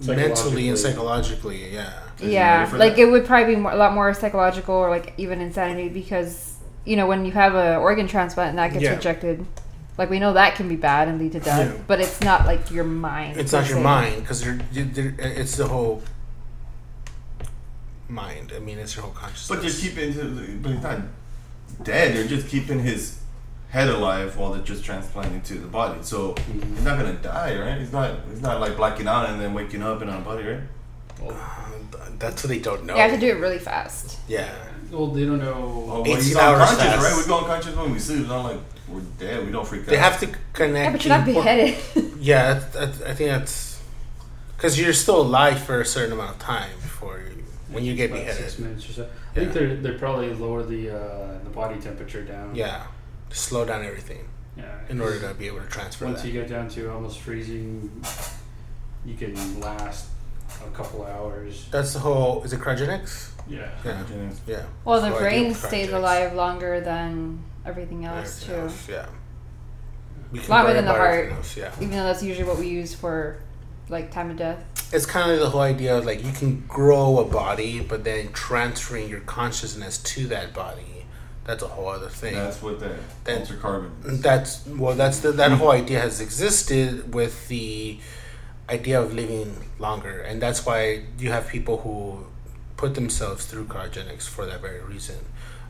Speaker 1: mentally and
Speaker 5: Psychologically.
Speaker 1: psychologically. Yeah,
Speaker 4: yeah, like it would probably be more, a lot more psychological or like even insanity because you know when you have a organ transplant and that gets
Speaker 1: Yeah.
Speaker 4: rejected, like we know that can be bad and lead to death.
Speaker 1: Yeah.
Speaker 4: But it's not like your mind.
Speaker 1: it's
Speaker 4: per
Speaker 1: not your
Speaker 4: se.
Speaker 1: mind because you're, you they're- it's the whole mind. I mean, it's your whole consciousness.
Speaker 2: But they're keeping. his- But he's not dead. They're just keeping his head alive while they're just transplanting to the body. So
Speaker 1: Mm-hmm.
Speaker 2: he's not gonna die, right? He's not. He's not like blacking out and then waking up in our body, right?
Speaker 1: Uh, that's what they don't know.
Speaker 4: You have to do it really fast.
Speaker 1: Yeah,
Speaker 3: Well, they don't know.
Speaker 2: Oh, well,
Speaker 1: 18
Speaker 2: he's
Speaker 1: hours
Speaker 2: unconscious,
Speaker 1: fast.
Speaker 2: right? We go unconscious when we sleep. It's not like we're dead. We don't freak
Speaker 1: they
Speaker 2: out.
Speaker 1: have to connect.
Speaker 4: Yeah, but you're not
Speaker 1: people-
Speaker 4: beheaded.
Speaker 1: Yeah, that- that- I think that's because you're still alive for a certain amount of time before you, when you get
Speaker 3: about Six
Speaker 1: beheaded.
Speaker 3: minutes or so. I
Speaker 1: Yeah.
Speaker 3: think they're they probably lower the uh, the body temperature down.
Speaker 1: Yeah, to slow down everything
Speaker 3: Yeah.
Speaker 1: in order to be able to transfer
Speaker 3: Once you
Speaker 1: that.
Speaker 3: get down to almost freezing, you can last a couple hours.
Speaker 1: That's the whole. Is it cryogenics?
Speaker 3: Yeah.
Speaker 1: Yeah, yeah.
Speaker 4: Well, the
Speaker 1: So I do
Speaker 4: brain
Speaker 1: cryogenics.
Speaker 4: stays alive longer than everything else,
Speaker 1: Everything
Speaker 4: too.
Speaker 1: else, yeah. We can
Speaker 4: Longer
Speaker 1: worry
Speaker 4: than the
Speaker 1: about
Speaker 4: heart.
Speaker 1: everything else, yeah,
Speaker 4: Even though that's usually what we use for, like, time of death.
Speaker 1: it's kind of the whole idea of like you can grow a body, but then transferring your consciousness to that body. That's a whole other thing.
Speaker 2: That's what that
Speaker 1: That-
Speaker 2: ultra carbon. Is.
Speaker 1: That's well. That's the, that whole idea has existed with the idea of living longer, and that's why you have people who put themselves through cryogenics for that very reason.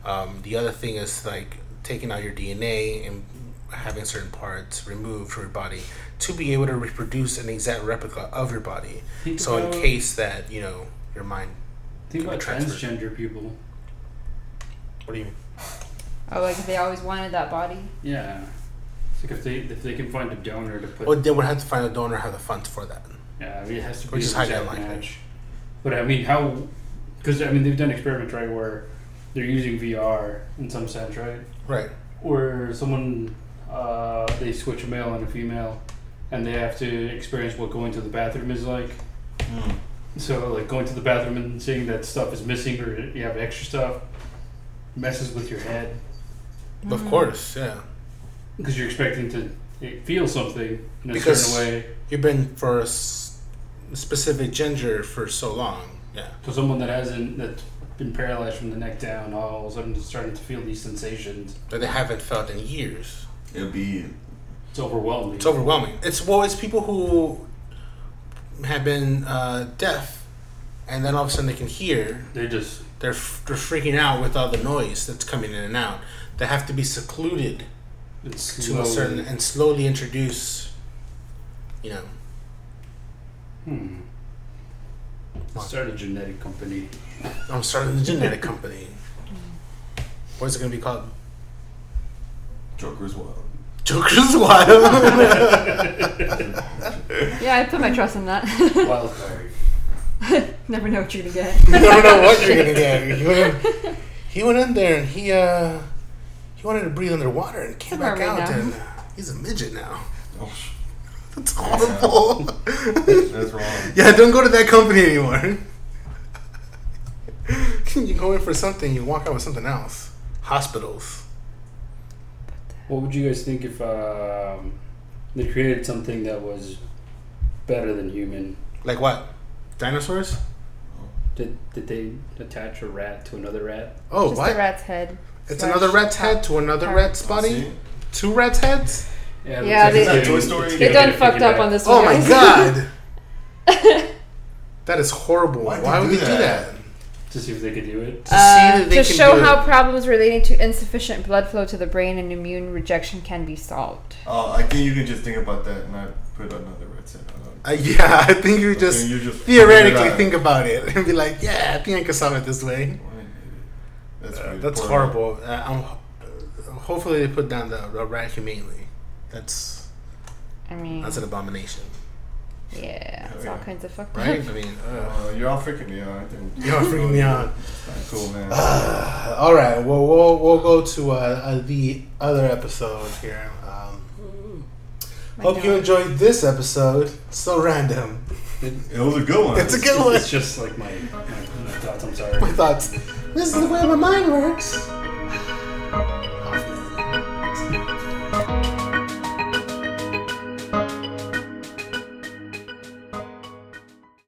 Speaker 1: Um, the other thing is like taking out your DNA and having certain parts removed from your body to be able to reproduce an exact replica of your body.
Speaker 3: Think
Speaker 1: So in
Speaker 3: about-
Speaker 1: case that you know your mind.
Speaker 3: think
Speaker 1: could
Speaker 3: about
Speaker 1: be transferred.
Speaker 3: transgender people.
Speaker 1: What do you mean?
Speaker 4: Oh, like, they always wanted that body.
Speaker 3: Yeah. It's like if they if they can find a donor to put.
Speaker 1: Well, then we'll have to find a donor have the funds for that.
Speaker 3: yeah, I mean, it has to
Speaker 1: Or
Speaker 3: be
Speaker 1: just
Speaker 3: a
Speaker 1: hide that
Speaker 3: legit
Speaker 1: like that.
Speaker 3: match. But I mean, how? Because I mean, they've done experiments right where they're using VR in some sense, right?
Speaker 1: Right.
Speaker 3: where someone uh, they switch a male and a female, and they have to experience what going to the bathroom is like.
Speaker 1: Hmm.
Speaker 2: Mm.
Speaker 3: So, like going to the bathroom and seeing that stuff is missing or you have extra stuff messes with your head
Speaker 1: Of course. Yeah.
Speaker 3: because you're expecting to feel something in a
Speaker 1: Because-
Speaker 3: certain way.
Speaker 1: You've been for a s- specific gender for so long. Yeah.
Speaker 3: So, someone that hasn't that's been paralyzed from the neck down all of a sudden is starting to feel these sensations.
Speaker 1: That they haven't felt in years.
Speaker 2: It'll be
Speaker 3: It's overwhelming.
Speaker 1: It's overwhelming. It's well, it's people who have been uh, deaf, and then all of a sudden they can hear.
Speaker 3: they just
Speaker 1: They're f- they're freaking out with all the noise that's coming in and out. They have to be secluded
Speaker 3: it's
Speaker 1: to
Speaker 3: slowly,
Speaker 1: a certain and slowly introduce. You know.
Speaker 3: hmm. Start a genetic company.
Speaker 1: I'm starting the genetic company. What's it gonna be called?
Speaker 2: Joker's wild.
Speaker 1: Joker's Wild.
Speaker 4: Yeah, I put my trust in that.
Speaker 3: Wild card.
Speaker 4: Never know what you're gonna get.
Speaker 1: you don't know what you're gonna get. He went, in, he went in there and he uh, he wanted to breathe underwater and came back
Speaker 4: Come on,
Speaker 1: out
Speaker 4: Rena.
Speaker 1: and he's a midget now.
Speaker 2: Oh, sh-
Speaker 1: That's horrible.
Speaker 2: that's wrong.
Speaker 1: yeah, don't go to that company anymore. you go in for something, you walk out with something else. Hospitals.
Speaker 3: What would you guys think if um, they created something that was better than human?
Speaker 1: Like what? Dinosaurs?
Speaker 3: Did, did they attach a rat to another rat?
Speaker 1: Oh,
Speaker 4: just a
Speaker 1: what?
Speaker 4: rat's head.
Speaker 1: It's
Speaker 4: Slash
Speaker 1: another rat's head to another
Speaker 4: cat.
Speaker 1: rat's
Speaker 2: See?
Speaker 1: body? Two rat's heads?
Speaker 3: Yeah,
Speaker 4: Yeah,
Speaker 3: it's
Speaker 4: they-
Speaker 3: giving-
Speaker 2: Toy Story?
Speaker 3: it's
Speaker 2: They
Speaker 4: They
Speaker 3: giving
Speaker 4: done
Speaker 3: it a
Speaker 4: fucked up
Speaker 3: piggyback.
Speaker 4: on this one.
Speaker 1: Oh my
Speaker 4: guys.
Speaker 1: god. that is horrible. Why,
Speaker 2: Why'd they
Speaker 1: would
Speaker 2: do
Speaker 1: they do that?
Speaker 2: that?
Speaker 3: to see if they could do it.
Speaker 1: To
Speaker 4: Uh, to
Speaker 1: can
Speaker 4: show
Speaker 1: do
Speaker 4: how
Speaker 1: it.
Speaker 4: problems relating to insufficient blood flow to the brain and immune rejection can be solved.
Speaker 2: Oh, I think you can just think about that, and I put another red set on.
Speaker 1: Uh, yeah, I think you just
Speaker 2: you just figure
Speaker 1: theoretically
Speaker 2: it out.
Speaker 1: think about it and be like, yeah, I think I can solve it this way.
Speaker 2: That's
Speaker 1: Uh,
Speaker 2: really
Speaker 1: that's
Speaker 2: poor.
Speaker 1: horrible. Uh, I'm, uh, hopefully they put down the, the rat humanely. That's
Speaker 4: I mean,
Speaker 1: that's an abomination,
Speaker 4: yeah, it's all
Speaker 2: Yeah.
Speaker 4: kinds of fucked up.
Speaker 1: right? I mean, uh,
Speaker 2: Uh, you're all freaking me out. I think.
Speaker 1: you're freaking me out.
Speaker 2: Cool, man.
Speaker 1: Uh, all right, well, we'll we'll go to uh, uh, the other episode here. Um,
Speaker 4: My
Speaker 1: hope you
Speaker 4: God.
Speaker 1: enjoyed this episode. So random.
Speaker 2: it was a good one.
Speaker 1: It's a good one.
Speaker 3: It's just like my, my thoughts. I'm sorry.
Speaker 1: My thoughts. This is the way my mind works.